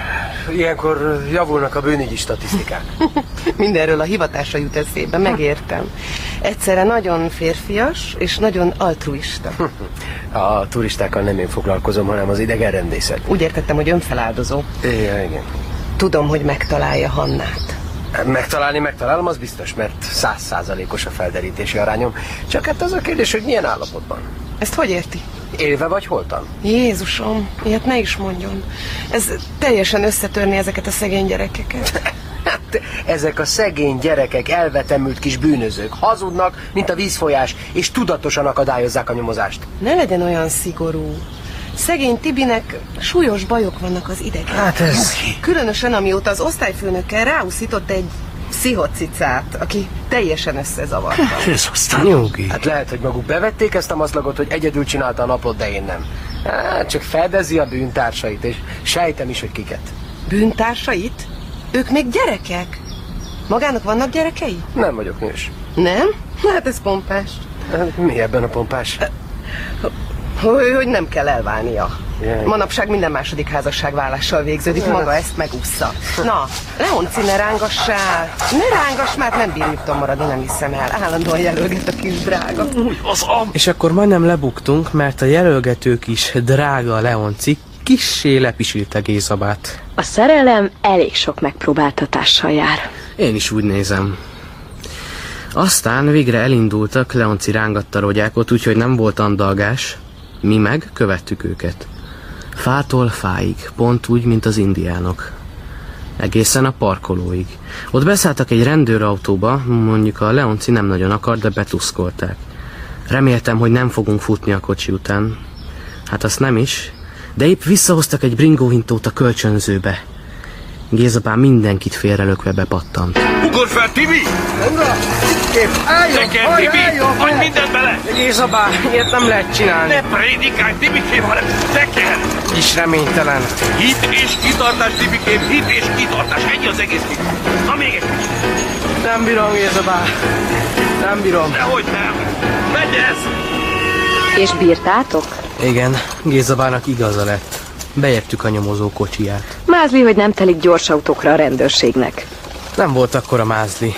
S5: Ilyenkor javulnak a bűnügyi statisztikák.
S29: Mindenről a hivatása jut eszébe, megértem. Egyszerre nagyon férfias és nagyon altruista.
S5: Hm. A turistákkal nem én foglalkozom, hanem az idegenrendészet.
S29: Úgy értettem, hogy önfeláldozó.
S5: Ja, igen.
S29: Tudom, hogy megtalálja Hannát.
S5: Megtalálni megtalálom, az biztos, mert százszázalékos a felderítési arányom. Csak hát az a kérdés, hogy milyen állapotban.
S29: Ezt hogy érti?
S5: Élve vagy holtan?
S29: Jézusom, ilyet ne is mondjon. Ez teljesen összetörni ezeket a szegény gyerekeket.
S5: itt ezek a szegény gyerekek elvetemült kis bűnözők hazudnak, mint a vízfolyás, és tudatosan akadályozzák a nyomozást.
S29: Ne legyen olyan szigorú. Szegény Tibinek súlyos bajok vannak az idegen.
S5: Hát ez-
S29: Különösen amióta az osztályfőnökkel ráúszított egy pszichocicát, aki teljesen összezavarta.
S5: Ez aztán jogi. Hát lehet, hogy maguk bevették ezt a maszlagot, hogy egyedül csinálta a napot, de én nem. Hát csak fedezi a bűntársait, és sejtem is, hogy kiket.
S29: Bűntársait? Ők még gyerekek? Magának vannak gyerekei?
S5: Nem vagyok nős.
S29: Nem? Hát ez pompás.
S5: Hát Mi ebben a pompás?
S29: Hogy, hogy nem kell elválnia.
S5: Jaj.
S29: Manapság minden második házasság válással végződik, Hát. maga ezt megúszza. Na, Leonci, ne rángassál! Ne rángass, már nem bír nyugton maradni, nem hiszem el. Állandóan jelölget a kis drága.
S5: Az a...
S8: És akkor majdnem lebuktunk, mert a jelölgetők is drága Leonci kissé lepisílte Gézabát.
S9: A szerelem elég sok megpróbáltatással jár.
S8: Én is úgy nézem. Aztán végre elindultak, Leonci rángatta rogyákot, úgyhogy nem volt andalgás. Mi meg követtük őket. Fától fáig, pont úgy, mint az indiánok. Egészen a parkolóig. Ott beszálltak egy rendőrautóba, mondjuk a Leonci nem nagyon akart, de betuszkolták. Reméltem, hogy nem fogunk futni a kocsi után. Hát azt nem is. De épp visszahoztak egy bringóhintót a kölcsönzőbe. Gézapám mindenkit félrelökve bepattant.
S28: Ugor fel, Tibi!
S5: Ura! Kép, álljon!
S28: Teker,
S5: Haj,
S28: Tibi!
S5: álljon
S28: Adj
S5: fel!
S28: mindent bele!
S5: Gézabá, ilyet nem lehet csinálni.
S28: Ne prédikálj, Tibikém, hanem teker!
S5: Is reménytelen.
S28: Hit és kitartás, Tibikém, hit és kitartás, ennyi az egész kép. Na még egy kicsit.
S5: Nem bírom, Gézabá. Nem bírom.
S28: Dehogy nem. Megy ez!
S9: És bírtátok?
S8: Igen, Gézabának igaza lett. Beértük a nyomozó kocsiját.
S9: Mázli, hogy nem telik gyors autókra a rendőrségnek.
S8: Nem volt akkor a mázli.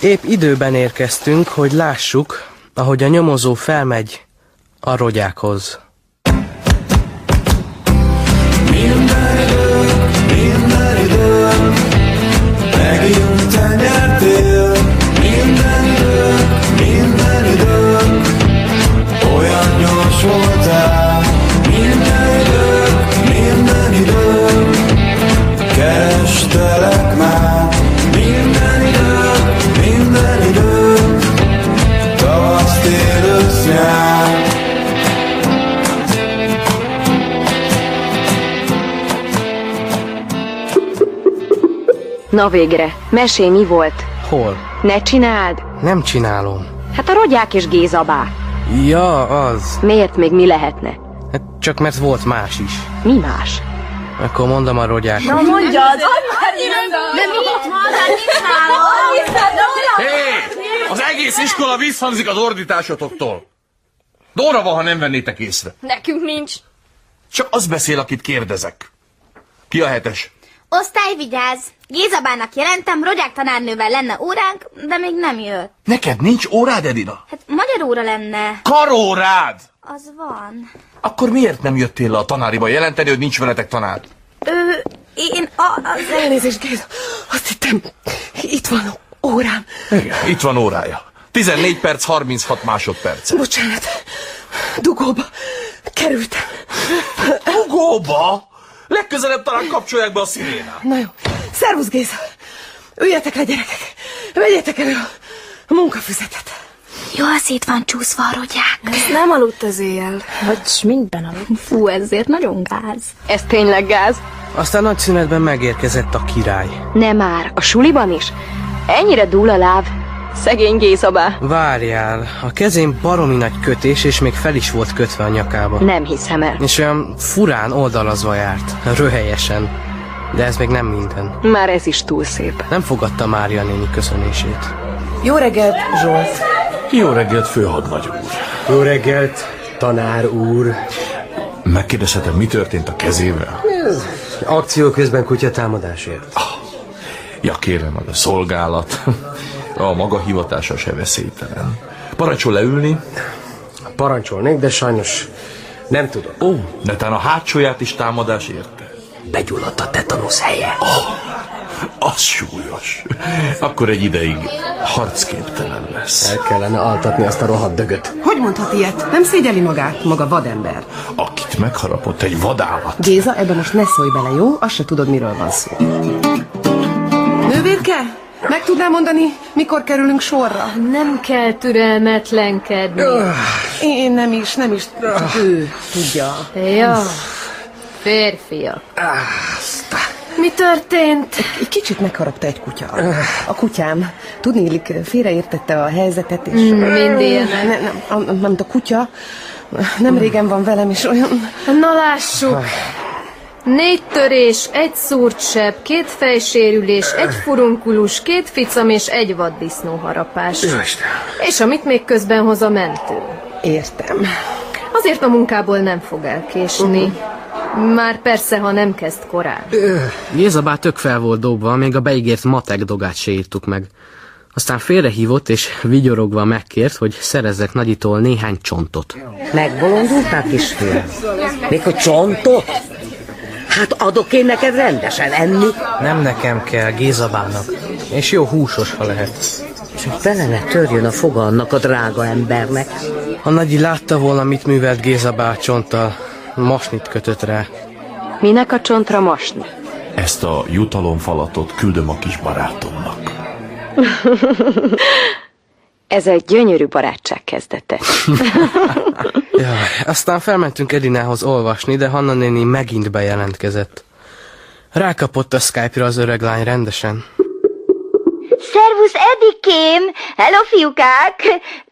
S8: Épp időben érkeztünk, hogy lássuk, ahogy a nyomozó felmegy a rogyákhoz.
S21: Minden időm, megint te nyertél. Minden időm, minden időm, olyan gyors voltál. Minden időm, minden időm, kerestelek már. Minden időm, minden időm, tavasz, tél, ősz, nyár.
S9: Na végre, mesélj mi volt?
S8: Hol?
S9: Ne csináld!
S8: Nem csinálom.
S9: Hát a rogyák és Gézabá.
S8: Ja, az.
S9: Miért még mi lehetne?
S8: Hát csak mert volt más is.
S9: Mi más?
S8: Akkor mondom a rogyákhoz.
S19: mondjad!
S14: Nem, mit van? Hát mit
S28: Hé! Az egész iskola visszhangzik az ordításotoktól. Dóra van, ha nem vennétek észre.
S13: Nekünk nincs.
S28: Csak az beszél, akit kérdezek. Ki a hetes?
S14: Osztály vigyáz! Gézabának jelentem, Rogyák tanárnővel lenne óránk, de még nem jött.
S28: Neked nincs órád, Edina?
S14: Hát magyar óra lenne.
S28: Karórád!
S14: Az van.
S28: Akkor miért nem jöttél le a tanáriba jelenteni, hogy nincs veletek tanár?
S14: Ő, én a... Az...
S29: Elnézést, Géza. Azt hittem, itt van órám.
S28: Igen, itt van órája. 14 perc, 36 másodperc.
S29: Bocsánat, dugóba kerültem.
S28: Dugóba? Legközelebb talán kapcsolják be a szirénát.
S29: Na jó. Szervusz, Géza. Üljetek le, gyerekek. Vegyetek elő a munkafüzetet.
S14: Jól szét van csúszva a rogyák.
S18: Ez nem aludt az éjjel. Vagy mindben aludt. Fú, ezért nagyon gáz.
S9: Ez tényleg gáz?
S8: Aztán nagy szünetben megérkezett a király.
S9: Nem már, a suliban is? Ennyire dúl a láb. Szegény Gézabá.
S8: Várjál, a kezén baromi nagy kötés, és még fel is volt kötve a nyakába.
S9: Nem hiszem el.
S8: És olyan furán oldalazva járt, röhelyesen. De ez még nem minden.
S9: Már ez is túl szép.
S8: Nem fogadta Mária néni köszönését.
S29: Jó reggelt, Zsolt.
S30: Jó reggelt, főhadnagy úr.
S5: Jó reggelt, tanár úr.
S30: Megkérdezhetem, mi történt a kezével?
S5: Akció közben kutyatámadásért.
S8: Ah.
S30: Ja, kérem, az a szolgálat. A maga hivatása se veszélytelen. Parancsol leülni?
S5: Parancsolnék, de sajnos nem tudom.
S30: Ó, netán a hátsóját is támadás érte. Ah,
S5: Begyulladt a tetanusz helye.
S30: Az súlyos. Akkor egy ideig harcképtelen lesz.
S5: El kellene altatni azt a rohadt dögöt.
S29: Hogy mondhat ilyet? Nem szégyeli magát, maga vadember.
S30: Akit megharapott egy vadállat.
S29: Géza, ebben most ne szólj bele, jó? Azt se tudod, miről van szó. Nővérem, Birke, meg tudnál mondani, mikor kerülünk sorra? Öh.
S19: Nem kell türelmetlenkedni. Öh.
S29: Én nem is, nem is.
S19: Ah.
S29: Ő tudja.
S19: Ja, férfiak. Mi történt?
S29: Egy kicsit megharapta egy kutya. A kutyám. Tudnélik, félreértette a helyzetet, és...
S19: Mm, mind ilyenek.
S29: Ne, nem, a- Mármint a kutya. Nem régen van velem, és olyan...
S19: Na lássuk. Négy törés, egy szúrt seb, két fejsérülés, egy furunkulus, két ficam és egy vaddisznó harapás. És amit még közben hoz a mentő.
S29: Értem.
S19: Azért a munkából nem fog elkésni.
S29: Mhm.
S19: Már persze, ha nem kezd korán.
S29: Öh.
S8: Gézabá tök fel volt dobva, még a beígért matek dogát se írtuk meg. Aztán félrehívott és vigyorogva megkért, hogy szerezzek nagyitól néhány csontot.
S4: Megbolondultál, kisfiam? Még hogy csontot? Hát adok én neked rendesen enni.
S8: Nem nekem kell, Gézabának. És jó húsos, ha lehet.
S4: Csak bele ne törjön a foga annak a drága embernek.
S8: A nagyi látta volna, mit művelt Gézabá a csonttal. Masnit kötött rá.
S31: Minek a csontra mosni?
S28: Ezt a jutalomfalatot küldöm a kis barátomnak.
S31: Ez egy gyönyörű barátság kezdete.
S8: Jaj, Ah, aztán felmentünk Edinához olvasni, de Hanna néni megint bejelentkezett. Rákapott a Skype-ra az öreg lány rendesen.
S32: Szervusz, Edikém! Hello, fiúkák!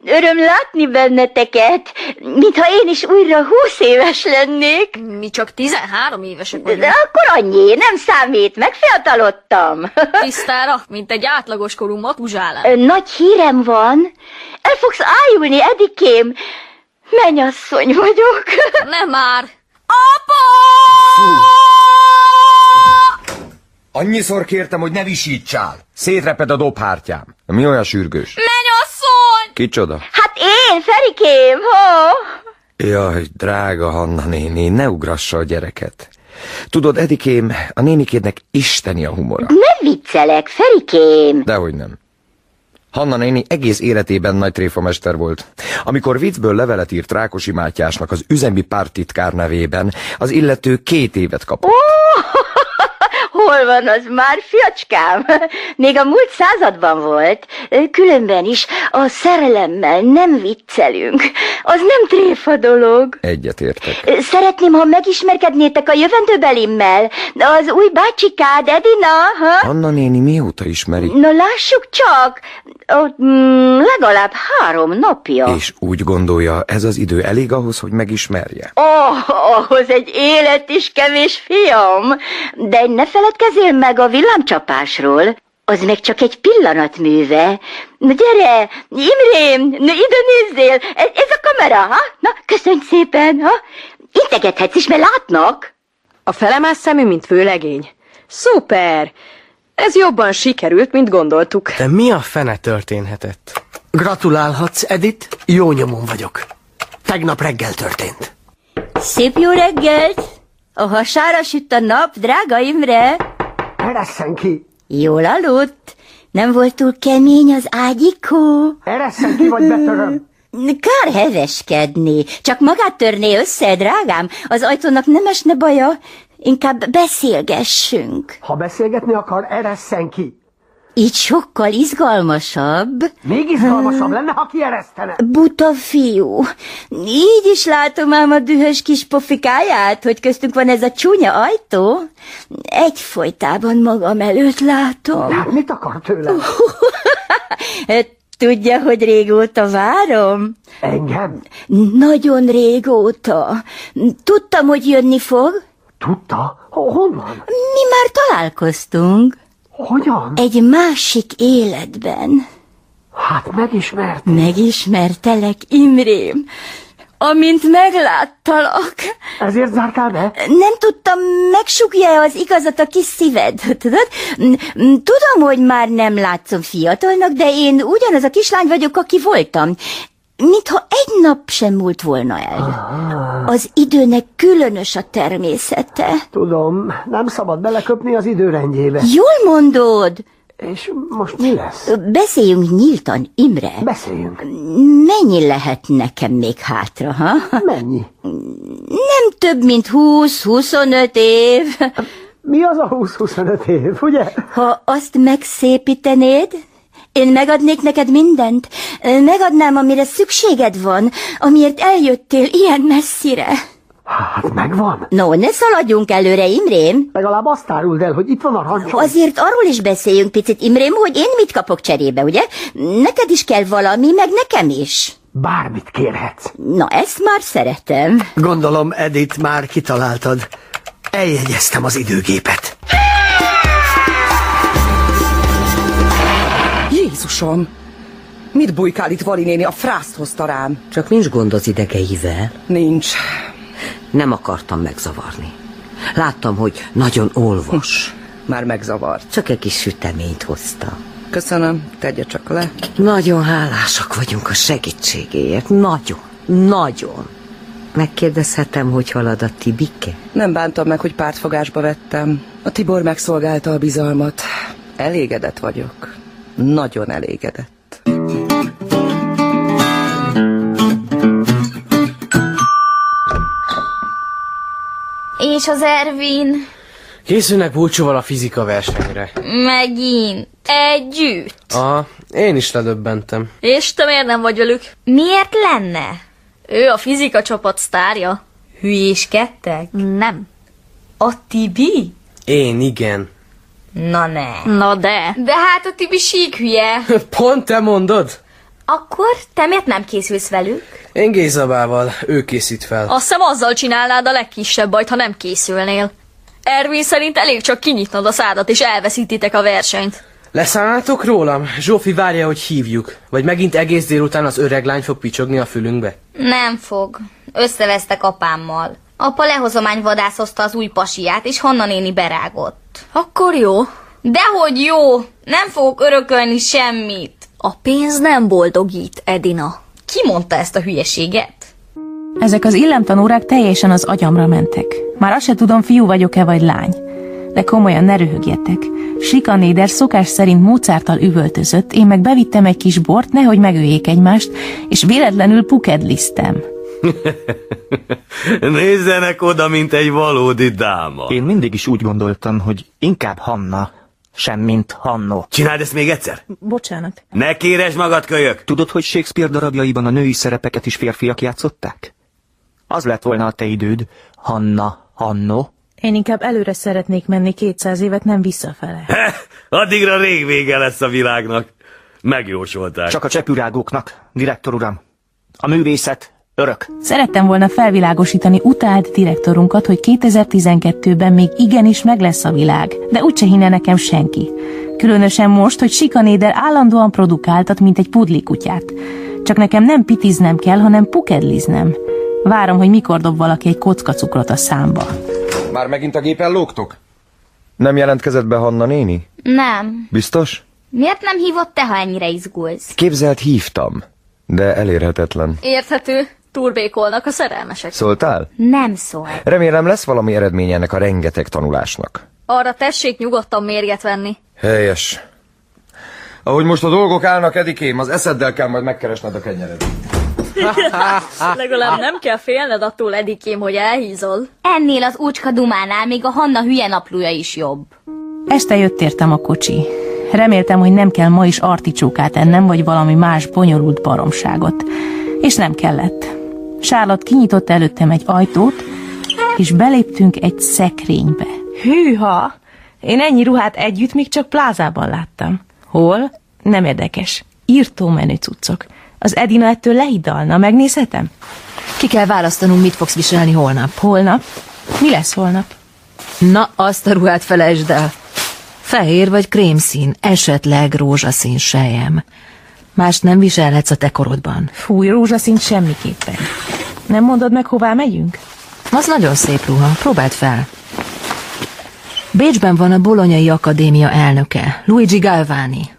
S32: Öröm látni benneteket, mintha én is újra húsz éves lennék. Mi csak
S13: 13 évesek vagyunk.
S32: De akkor annyi, nem számít, megfiatalodtam.
S13: Tisztára, mint egy átlagos korú matuzsálán.
S32: Ö, Nagy hírem van. El fogsz ájulni, Edikém. Menyasszony vagyok.
S13: Nem már.
S33: Annyiszor kértem, hogy ne visítsál. Szétreped a dobhártyám. Mi olyan sürgős?
S32: Menyasszony!
S33: Kicsoda?
S32: Hát én, Ferikém, ho!
S33: Jaj, drága Hanna néni, ne ugrassa a gyereket. Tudod, Edikém, a nénikédnek isteni a humora.
S32: Nem viccelek, Ferikém.
S33: Dehogy nem. Hanna néni egész életében nagy tréfamester volt. Amikor viccből levelet írt Rákosi Mátyásnak az üzemi pártitkár nevében, az illető két évet kapott.
S32: Hol van az már, fiacskám? Még a múlt században volt. Különben is a szerelemmel nem viccelünk. Az nem tréfa dolog.
S33: Egyetértek.
S32: Szeretném, ha megismerkednétek a jövendőbelimmel. Az új bácsikád, Edina, ha?
S33: Hanna néni mióta ismeri?
S32: Na lássuk csak, ott mm, legalább három napja.
S33: És úgy gondolja, ez az idő elég ahhoz, hogy megismerje.
S32: Ó, Oh, ahhoz egy élet is kevés, fiam. De ne feledkezzél meg a villámcsapásról. Az meg csak egy pillanat műve. Na gyere, Imrém, na ide nézzél, ez, ez a kamera, ha? Na, köszönj szépen, ha? Integethetsz is, mert látnak.
S9: A felemás szemű, mint vőlegény. Szuper! Ez jobban sikerült, mint gondoltuk.
S8: De mi a fene történhetett?
S5: Gratulálhatsz, Edit, jó nyomon vagyok. Tegnap reggel történt.
S2: Szép jó reggelt! A hasára süt a nap, drága Imre!
S5: Eresszen ki!
S2: Jól aludt? Nem volt túl kemény az ágyikó?
S5: Eresszen ki, vagy betöröm!
S2: Kár heveskedni, csak magát törné össze, drágám. Az ajtónak nem esne baja, inkább beszélgessünk.
S5: Ha beszélgetni akar, eresszen ki!
S2: Így sokkal izgalmasabb.
S5: Még izgalmasabb lenne, ha kieresztene!
S2: Buta fiú, így is látom ám a dühös kis pofikáját, hogy köztünk van ez a csúnya ajtó. Egyfolytában magam előtt látom.
S5: Hát mit akar tőlem?
S2: Tudja, hogy régóta várom?
S5: Engem?
S2: Nagyon régóta. Tudtam, hogy jönni fog.
S5: Tudta? Honnan?
S2: Mi már találkoztunk.
S5: Hogyan?
S2: Egy másik életben.
S5: Hát megismert.
S2: Megismertelek, Imrém. Amint megláttalak.
S5: Ezért zártál be?
S2: Nem tudtam, megsukja az igazat a kis szíved, tudod? M- m- Tudom, hogy már nem látszom fiatalnak, de én ugyanaz a kislány vagyok, aki voltam. Mintha egy nap sem múlt volna el. Az időnek különös a természete.
S5: Tudom, nem szabad beleköpni az időrendjébe.
S2: Jól mondod!
S5: És most mi lesz?
S2: Beszéljünk nyíltan, Imre.
S5: Beszéljünk.
S2: Mennyi lehet nekem még hátra, ha?
S5: Mennyi?
S2: Nem több, mint 20-25 év.
S5: Mi az a 20-25 év, ugye?
S2: Ha azt megszépítenéd, én megadnék neked mindent. Megadnám, amire szükséged van, amiért eljöttél ilyen messzire.
S5: Hát megvan.
S2: No, ne szaladjunk előre, Imrém.
S5: Legalább azt áruld el, hogy itt van a rancsom.
S2: Azért arról is beszéljünk picit, Imrém, hogy én mit kapok cserébe, ugye? Neked is kell valami, meg nekem is.
S5: Bármit kérhetsz.
S2: Na, ezt már szeretem.
S5: Gondolom, Edith, már kitaláltad. Eljegyeztem az időgépet.
S20: Jézusom! Mit bujkál itt Vali néni? A frászt hozta rám.
S4: Csak nincs gond az idegeivel?
S20: Nincs.
S4: Nem akartam megzavarni. Láttam, hogy nagyon olvos.
S20: Hm, Már megzavart.
S4: Csak egy kis süteményt hozta.
S20: Köszönöm, tegye csak le.
S4: Nagyon hálásak vagyunk a segítségéért. Nagyon, nagyon. Megkérdezhetem, hogy halad a Tibike?
S20: Nem bántam meg, hogy pártfogásba vettem. A Tibor megszolgálta a bizalmat. Elégedett vagyok. Nagyon elégedett.
S14: És az Ervin
S8: Készülnek búcsúval a fizika versenyre.
S14: megint együtt.
S8: Aha, én is ledöbbentem.
S13: És te miért nem vagy velük?
S14: Miért lenne?
S13: Ő a fizika csapat sztárja.
S1: Hülyéskedtek?
S13: Nem.
S1: A Tibi?
S8: Én igen.
S1: Na ne.
S13: Na de.
S1: De hát a Tibi sík hülye.
S8: Pont te mondod?
S1: Akkor te miért nem készülsz velük?
S8: Én Gézabával, ő készít fel.
S13: Azt hiszem azzal csinálnád a legkisebb bajt, ha nem készülnél. Ervin szerint elég csak kinyitnod a szádat, és elveszítitek a versenyt.
S8: Leszállnátok rólam? Zsófi várja, hogy hívjuk. Vagy megint egész délután az öreg lány fog picsogni a fülünkbe?
S14: Nem fog. Összevesztek apámmal. Apa lehozomány vadászozta az új pasiát, és Hanna néni berágott.
S13: Akkor jó.
S14: Dehogy jó! Nem fogok örökölni semmit.
S13: A pénz nem boldogít, Edina.
S14: Ki mondta ezt a hülyeséget?
S6: Ezek az illemtanórák teljesen az agyamra mentek. Már azt se tudom, fiú vagyok-e vagy lány. De komolyan ne röhögjetek. Sika Néder szokás szerint Mozarttal üvöltözött, én meg bevittem egy kis bort, nehogy megöljék egymást, és véletlenül pukedlisztem.
S4: Nézzenek oda, mint egy valódi dáma.
S11: Én mindig is úgy gondoltam, hogy inkább Hanna, sem mint Hannó.
S4: Csináld ezt még egyszer?
S6: Bocsánat.
S4: Ne kéres magad, kölyök!
S11: Tudod, hogy Shakespeare darabjaiban a női szerepeket is férfiak játszották? Az lett volna a te időd, Hanna, Hannó.
S6: Én inkább előre szeretnék menni 200 évet, nem visszafele.
S4: Heh, addigra rég vége lesz a világnak. Megjósolták.
S11: Csak a csepürágóknak, direktor uram. A művészet örök.
S6: Szerettem volna felvilágosítani utált direktorunkat, hogy 2012-ben még igenis meg lesz a világ, de úgyse hinne nekem senki. Különösen most, hogy Sikanéder állandóan produkáltat, mint egy pudlikutyát. Csak nekem nem pitiznem kell, hanem pukedliznem. Várom, hogy mikor dob valaki egy kocka cukrot a számba.
S33: Már megint a gépen lógtok? Nem jelentkezett be Hanna néni?
S14: Nem.
S33: Biztos?
S14: Miért nem hívott te, ha ennyire izgulsz?
S33: Képzelt hívtam, de elérhetetlen.
S13: Érthető. Turbékolnak a szerelmesek.
S33: Szóltál?
S14: Nem szól.
S33: Remélem lesz valami eredmény ennek a rengeteg tanulásnak.
S13: Arra tessék nyugodtan mérget venni.
S33: Helyes.
S4: Ahogy most a dolgok állnak,
S33: Edikém, az eszeddel kell majd megkeresned a kenyered.
S13: Legalább nem kell félned attól, Edikém, hogy elhízol.
S14: Ennél az úcska dumánál még a Hanna hülye naplója is jobb.
S6: Este jött értem a kocsi. Reméltem, hogy nem kell ma is articsókát ennem, vagy valami más bonyolult baromságot. És nem kellett. Charlotte kinyitott előttem egy ajtót, és beléptünk egy szekrénybe.
S4: Hűha!
S6: Én ennyi ruhát együtt még csak plázában láttam. Hol? Nem érdekes. Írtó menő cuccok. Az Edina ettől lehidalna, megnézhetem?
S1: Ki kell választanunk, mit fogsz viselni holnap.
S6: Holnap? Mi lesz holnap?
S1: Na, azt a ruhát felejtsd el. Fehér vagy krémszín, esetleg rózsaszín sejem. Mást nem viselhetsz a te korodban.
S6: Fúj, rózsaszín semmiképpen. Nem mondod meg, hová megyünk?
S1: Az nagyon szép ruha, próbáld fel. Bécsben van a Bolonyai Akadémia elnöke, Luigi Galvani.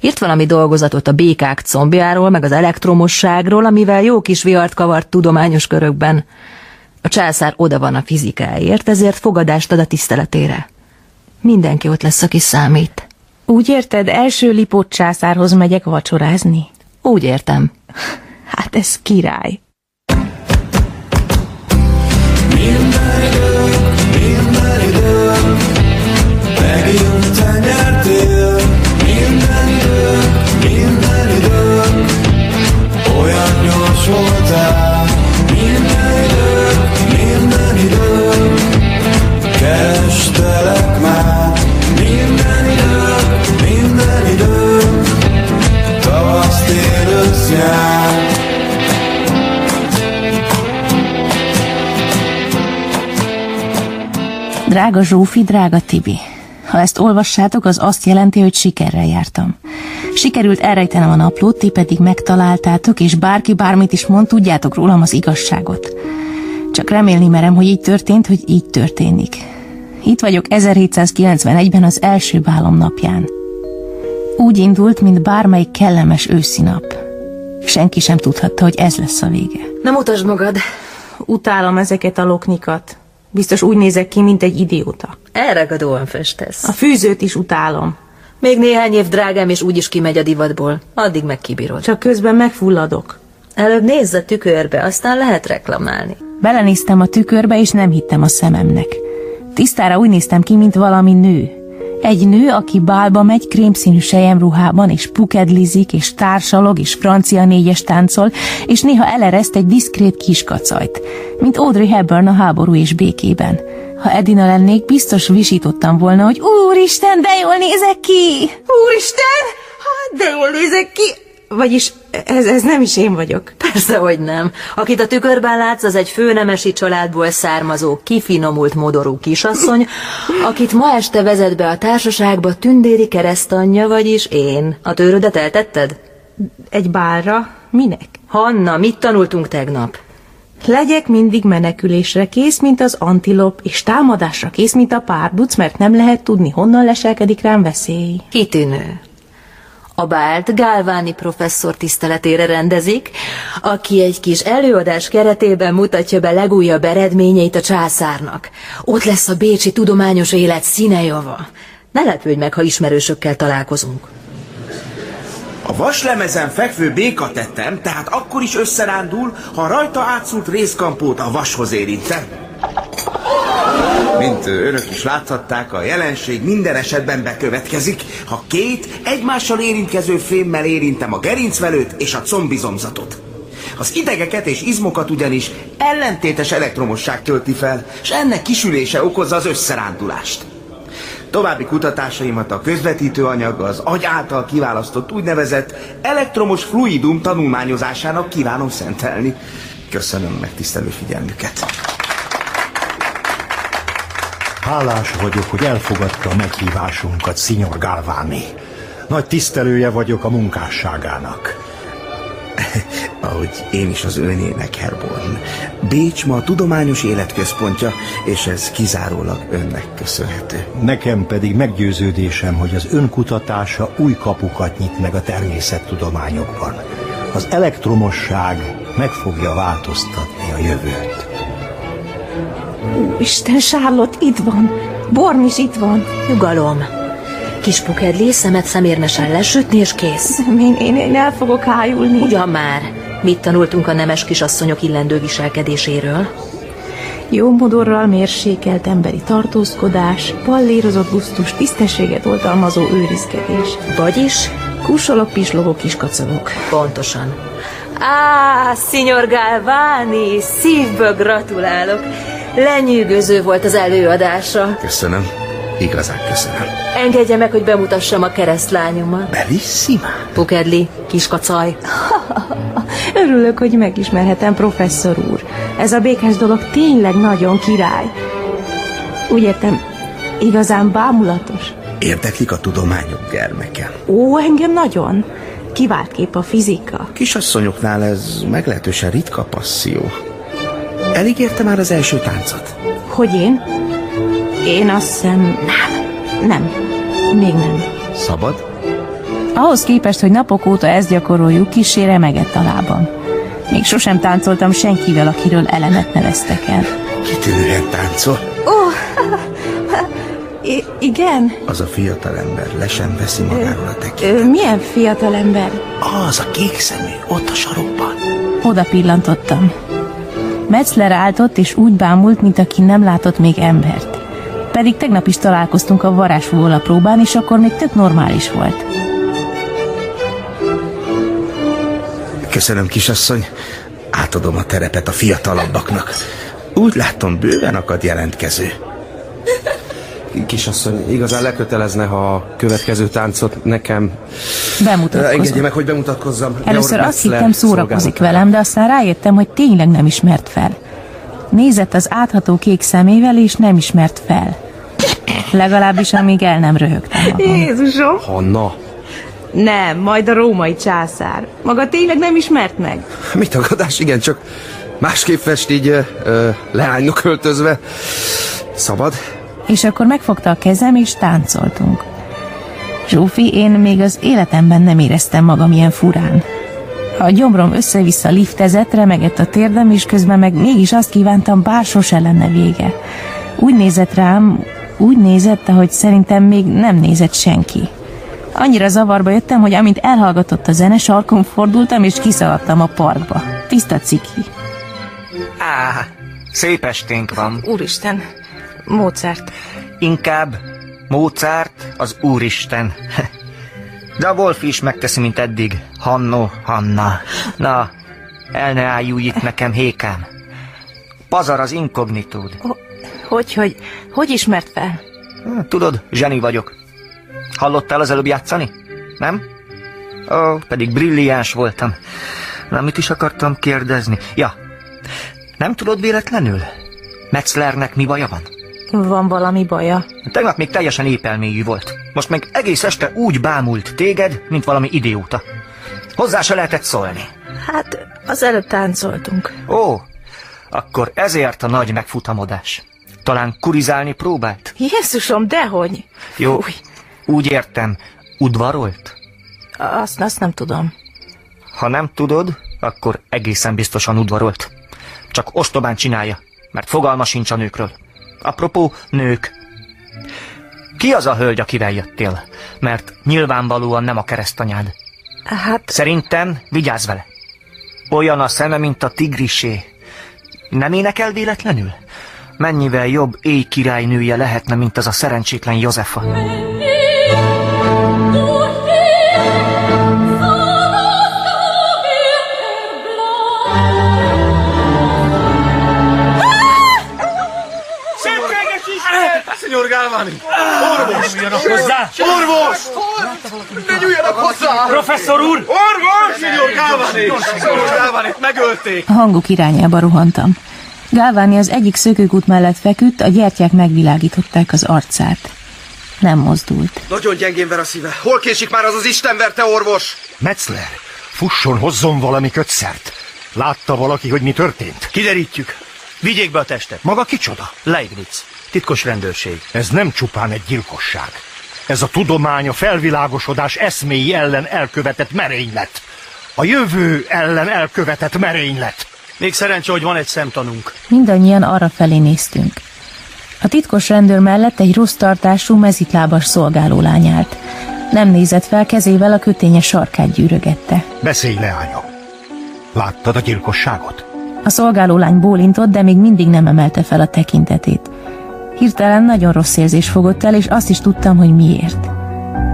S1: Írt valami dolgozatot a békák combjáról, meg az elektromosságról, amivel jó kis vihart kavart tudományos körökben. A császár oda van a fizikáért, ezért fogadást ad a tiszteletére. Mindenki ott lesz, aki számít.
S6: Úgy érted, első Lipót császárhoz megyek vacsorázni?
S1: Úgy értem.
S6: Hát ez király.
S34: Minden idők, minden idők,
S6: Drága Zsófi, drága Tibi. Ha ezt olvassátok, az azt jelenti, hogy sikerrel jártam. Sikerült elrejtenem a naplót, ti pedig megtaláltátok, és bárki bármit is mond, tudjátok rólam az igazságot. Csak remélni merem, hogy így történt, hogy így történik. Itt vagyok 1791-ben az első bálom napján. Úgy indult, mint bármelyik kellemes őszi nap. Senki sem tudhatta, hogy ez lesz a vége.
S1: Nem utasd magad.
S6: Utálom ezeket a loknikat. Biztos úgy nézek ki, mint egy idióta.
S1: Elragadóan festesz.
S6: A fűzőt is utálom.
S1: Még néhány év, drágám, és úgyis kimegy a divatból. Addig meg kibírod.
S6: Csak közben megfulladok.
S1: Előbb nézz a tükörbe, aztán lehet reklamálni.
S6: Belenéztem a tükörbe, és nem hittem a szememnek. Tisztára úgy néztem ki, mint valami nő. Egy nő, aki bálba megy krémszínű sejemruhában, és pukedlizik, és társalog, és francia négyes táncol, és néha elereszt egy diszkrét kiskacajt, mint Audrey Hepburn a háború és békében. Ha Edina lennék, biztos visítottam volna, hogy Úristen, de jól nézek ki! Úristen, hát de jól nézek ki! Vagyis ez, ez nem is én vagyok.
S1: Persze, hogy nem. Akit a tükörben látsz, az egy főnemesi családból származó, kifinomult modorú kisasszony, akit ma este vezet be a társaságba tündéri keresztanyja, vagyis én. A tőrödet eltetted?
S6: Egy bálra? Minek?
S1: Hanna, mit tanultunk tegnap?
S6: Legyek mindig menekülésre kész, mint az antilop, és támadásra kész, mint a párduc, mert nem lehet tudni, honnan leselkedik rám veszély.
S1: Kitűnő. A bált Gálváni professzor tiszteletére rendezik, aki egy kis előadás keretében mutatja be legújabb eredményeit a császárnak. Ott lesz a bécsi tudományos élet színejava. Ne lepődj meg, ha ismerősökkel találkozunk.
S16: A vaslemezen fekvő béka tettem, tehát akkor is összerándul, ha rajta átszúrt részkampót a vashoz érintem. Mint ö, önök is láthatták, a jelenség minden esetben bekövetkezik, ha két egymással érintkező fémmel érintem a gerincvelőt és a combizomzatot. Az idegeket és izmokat ugyanis ellentétes elektromosság tölti fel, és ennek kisülése okozza az összerándulást. További kutatásaimat a közvetítő anyag az agy által kiválasztott úgynevezett elektromos fluidum tanulmányozásának kívánom szentelni. Köszönöm megtisztelő figyelmüket.
S35: Hálás vagyok, hogy elfogadta a meghívásunkat, Signor Galvani. Nagy tisztelője vagyok a munkásságának.
S16: Ahogy én is az önének, Herborn. Bécs ma a tudományos életközpontja, és ez kizárólag önnek köszönhető.
S35: Nekem pedig meggyőződésem, hogy az önkutatása új kapukat nyit meg a természettudományokban. Az elektromosság meg fogja változtatni a jövőt.
S6: Isten, Charlotte itt van. Borm is itt van.
S1: Nyugalom. Kis pukedli, szemet szemérmesen lesütni, és kész.
S6: Nem, én, én, én el fogok hájulni.
S1: Ugyan már. Mit tanultunk a nemes kisasszonyok illendő viselkedéséről?
S6: Jó modorral mérsékelt emberi tartózkodás, pallírozott gusztus, tisztességet oltalmazó őrizkedés.
S1: Vagyis?
S6: Kusolok, pislogok, kiskacagok.
S1: Pontosan. Á, Signor Galvani, szívből gratulálok. Lenyűgöző volt az előadása.
S16: Köszönöm. Igazán köszönöm.
S1: Engedje meg, hogy bemutassam a keresztlányomat.
S16: Bellissima?
S1: Pukedli, kiskacaj.
S6: Örülök, hogy megismerhetem, professzor úr. Ez a békás dolog tényleg nagyon király. Úgy értem, igazán bámulatos.
S16: Érdeklik a tudományok gyermeke.
S6: Ó, engem nagyon. Kivált kép a fizika.
S16: Kisasszonyoknál ez meglehetősen ritka passzió. Elígérte már az első táncot?
S6: Hogy én? Én azt hiszem... Nem. Nem. Még nem.
S16: Szabad?
S6: Ahhoz képest, hogy napok óta ezt gyakoroljuk, kisé remegett a lábam. Még sosem táncoltam senkivel, akiről elemet neveztek el.
S16: Kitűnően táncol.
S6: Ó, I- igen.
S16: Az a fiatalember le sem veszi magáról a tekintet.
S6: Ö, milyen fiatalember?
S16: Az a kék szemű, ott a sarokban.
S6: Oda pillantottam. Metzler áltott és úgy bámult, mint aki nem látott még embert. Pedig tegnap is találkoztunk a varázsfúvola próbán, és akkor még tök normális volt.
S16: Köszönöm, kisasszony. Átadom a terepet a fiatalabbaknak. Úgy látom, bőven akad jelentkező.
S5: Kisasszony, igazán lekötelezne, ha a következő táncot nekem...
S6: Bemutatkozom.
S5: Engedje meg, hogy bemutatkozzam.
S6: Először
S5: Georg
S6: azt
S5: Metzler
S6: hittem szórakozik velem, de aztán rájöttem, hogy tényleg nem ismert fel. Nézett az átható kék szemével, és nem ismert fel. Legalábbis amíg el nem röhögtem magam.
S36: Jézusom!
S5: Hanna,
S36: Nem, majd a római császár. Maga tényleg nem ismert meg?
S5: mit tagadás? Igen, csak másképp fest így ö, ö, leánynak öltözve. Szabad?
S6: És akkor megfogta a kezem, és táncoltunk. Zsófi, én még az életemben nem éreztem magam ilyen furán. A gyomrom össze-vissza liftezett, remegett a térdem, és közben meg mégis azt kívántam, bár sose lenne vége. Úgy nézett rám, úgy nézett, ahogy szerintem még nem nézett senki. Annyira zavarba jöttem, hogy amint elhallgatott a zene, sarkon fordultam, és kiszaladtam a parkba. Tiszta ciki.
S11: Á, szép esténk van.
S1: Úristen, Mozart.
S11: Inkább Mozart az Úristen. De a Wolf is megteszi, mint eddig. Hanno, Hanna. Na, el ne álljulj itt nekem, hékám. Pazar az inkognitód.
S1: Hogy, hogy, hogy ismert fel?
S11: Hm, Tudod, zseni vagyok. Hallottál az előbb játszani? Nem? Ó, pedig brilliáns voltam. Na, mit is akartam kérdezni? Ja, nem tudod véletlenül? Metzlernek mi baja van?
S6: Van valami baja.
S11: Tegnap még teljesen épelmélyű volt. Most meg egész este úgy bámult téged, mint valami idióta. Hozzá se lehetett szólni.
S1: Hát, az előbb táncoltunk.
S11: Ó, akkor ezért a nagy megfutamodás. Talán kurizálni próbált?
S1: Jézusom, dehogy!
S11: Jó, úgy értem, udvarolt?
S1: Azt, azt nem tudom.
S11: Ha nem tudod, akkor egészen biztosan udvarolt. Csak ostobán csinálja, mert fogalma sincs a nőkről. Apropó, nők. Ki az a hölgy, akivel jöttél? Mert nyilvánvalóan nem a keresztanyád.
S1: Hát,
S11: Szerintem vigyázz vele. Olyan a szeme, mint a tigrisé. Nem énekel véletlenül? Mennyivel jobb éj királynője lehetne, mint az a szerencsétlen Jozefa.
S17: Szentséges Isten!
S22: Szenyor Gálváni!
S17: Orvos!
S22: Ne nyúljanak hozzá!
S17: Orvos! Ne nyúljanak hozzá!
S22: Professzor úr!
S17: Orvos! Szenyor Gálváni!
S22: Szenyor Gálvánit megölték!
S6: A hanguk irányába rohantam. Gálváni az egyik szökőkút mellett feküdt, a gyertyák megvilágították az arcát. Nem mozdult.
S5: Nagyon gyengén ver a szíve. Hol késik már az az Isten verte orvos?
S35: Metzler, fusson, hozzon valami kötszert. Látta valaki, hogy mi történt?
S37: Kiderítjük. Vigyék be a testet.
S35: Maga kicsoda?
S37: Leibniz. Titkos rendőrség.
S35: Ez nem csupán egy gyilkosság. Ez a tudomány a felvilágosodás eszméi ellen elkövetett merénylet. A jövő ellen elkövetett merénylet.
S37: Még szerencsé, hogy van egy szemtanunk.
S6: Mindannyian arra felé néztünk. A titkos rendőr mellett egy rossz tartású, mezitlábas szolgáló lány állt. Nem nézett fel, kezével a köténye sarkát gyűrögette.
S35: Beszélj, leányom. Láttad a gyilkosságot?
S6: A szolgáló lány bólintott, de még mindig nem emelte fel a tekintetét. Hirtelen nagyon rossz érzés fogott el, és azt is tudtam, hogy miért.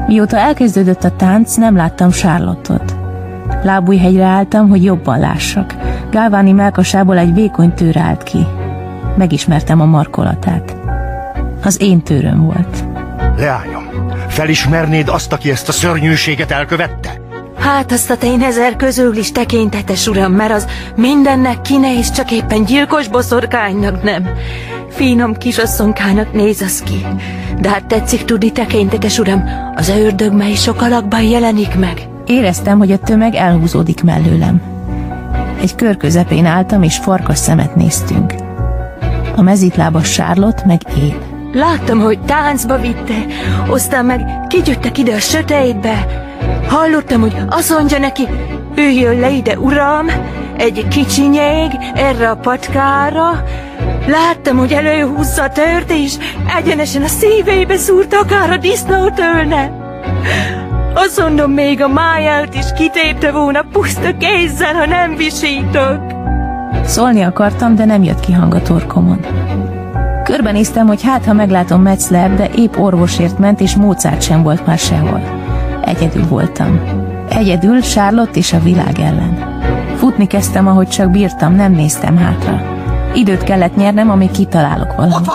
S6: Mióta elkezdődött a tánc, nem láttam Sárlottot. Lábújhegyre álltam, hogy jobban lássak. Gálváni melkasából egy vékony tőr állt ki. Megismertem a markolatát. Az én tőröm volt.
S35: Leányom, felismernéd azt, aki ezt a szörnyűséget elkövette?
S1: Hát azt a tényezer közül is tekintetes, uram, mert az mindennek kine és csak éppen gyilkos boszorkánynak nem. Finom kisasszonkának néz az ki. De hát tetszik tudni tekintetes, uram, az ördög mely sok alakban jelenik meg.
S6: Éreztem, hogy a tömeg elhúzódik mellőlem. Egy kör közepén álltam, és farkas szemet néztünk. A mezitlábas Sárlott meg én.
S1: Láttam, hogy táncba vitte, aztán meg kigyöttek ide a sötétbe. Hallottam, hogy azt mondja neki, üljön le ide, uram, egy kicsinyég erre a patkára. Láttam, hogy előhúzza a tört, és egyenesen a szívébe szúrta, akár a disznót ölne. Azt mondom, még a máját is kitépte volna puszta kézzel, ha nem visítok.
S6: Szólni akartam, de nem jött ki hang a torkomon. Körbenéztem, hogy hát, ha meglátom Metzler, de épp orvosért ment, és Mozart sem volt már sehol. Egyedül voltam. Egyedül Charlotte és a világ ellen. Futni kezdtem, ahogy csak bírtam, nem néztem hátra. Időt kellett nyernem, amíg kitalálok valamit.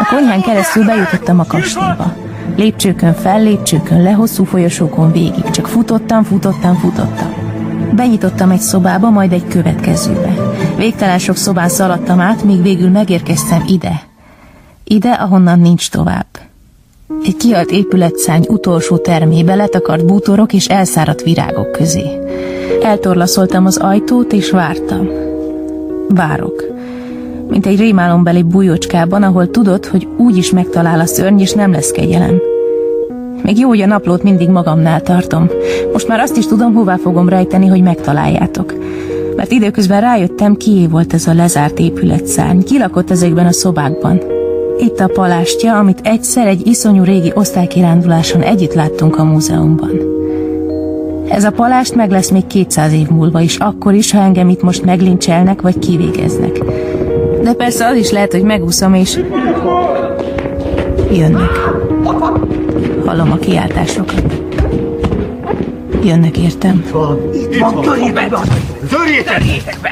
S6: A konyhán keresztül bejutottam a kastélyba. Lépcsőkön fel, lépcsőkön le, hosszú folyosókon végig. Csak futottam, futottam, futottam. Benyitottam egy szobába, majd egy következőbe. Végtelen sok szobán szaladtam át, míg végül megérkeztem ide. Ide, ahonnan nincs tovább. Egy kialt épületszány utolsó termébe letakart bútorok és elszáradt virágok közé. Eltorlaszoltam az ajtót, és vártam. Várok. Mint egy rémálombeli bújócskában, ahol tudod, hogy úgy is megtalál a szörny, és nem lesz kegyelem. Még jó, hogy a naplót mindig magamnál tartom. Most már azt is tudom, hová fogom rejteni, hogy megtaláljátok. Mert időközben rájöttem, kié volt ez a lezárt épületszárny. Kilakott ezekben a szobákban. Itt a palástja, amit egyszer egy iszonyú régi osztálykiránduláson együtt láttunk a múzeumban. Ez a palást meg lesz még 200 év múlva is, akkor is, ha engem itt most meglincselnek vagy kivégeznek. De persze az is lehet, hogy megúszom, és jönnek. Hallom a kiáltásokat. Jönnek értem.
S5: Itt van, törjétek be! Törjétek be!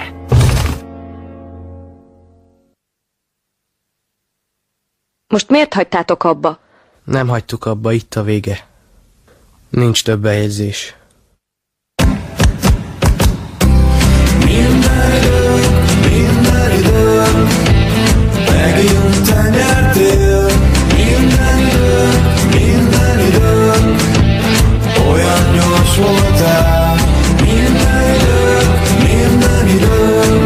S9: Most miért hagytátok abba?
S8: Nem hagytuk abba, itt a vége. Nincs több bejegyzés.
S21: Megint nyertél minden időn, minden időn Olyan gyors voltál minden időn, minden időn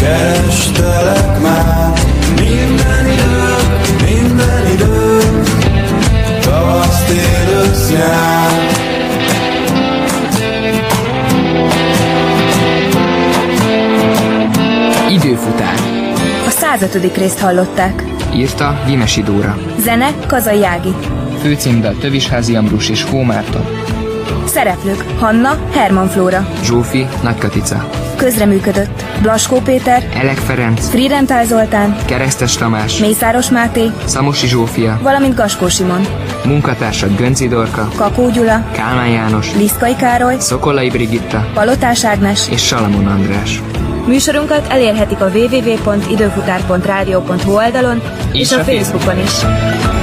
S21: Kerestelek már minden időn, minden időn Tavasz, tél, ősz, nyár
S7: Időfutár.
S24: A 105. részt hallották.
S7: Írta Gyimesi Dóra.
S24: Zene Kazai Ági.
S7: Főcímdal Tövisházi Ambrus és Hó Márton.
S24: Szereplők Hanna Herman Flóra.
S7: Zsófi Nagykatica.
S24: Közreműködött Blaskó Péter,
S7: Elek Ferenc.
S24: Friedenthal Zoltán,
S7: Keresztes Tamás.
S24: Mészáros Máté,
S7: Szamosi Zsófia.
S24: valamint Gaskó Simon,
S7: Munkatársak Gönci Dorka.
S24: Kakó Gyula,
S7: Kálmán János.
S24: Liszkai Károly,
S7: Szokolai Brigitta.
S24: Palotás Ágnes.
S7: És Salamon András.
S24: Műsorunkat elérhetik a www.időfutár.rádió.hu oldalon és,
S7: És
S24: a
S7: a
S24: Facebookon is.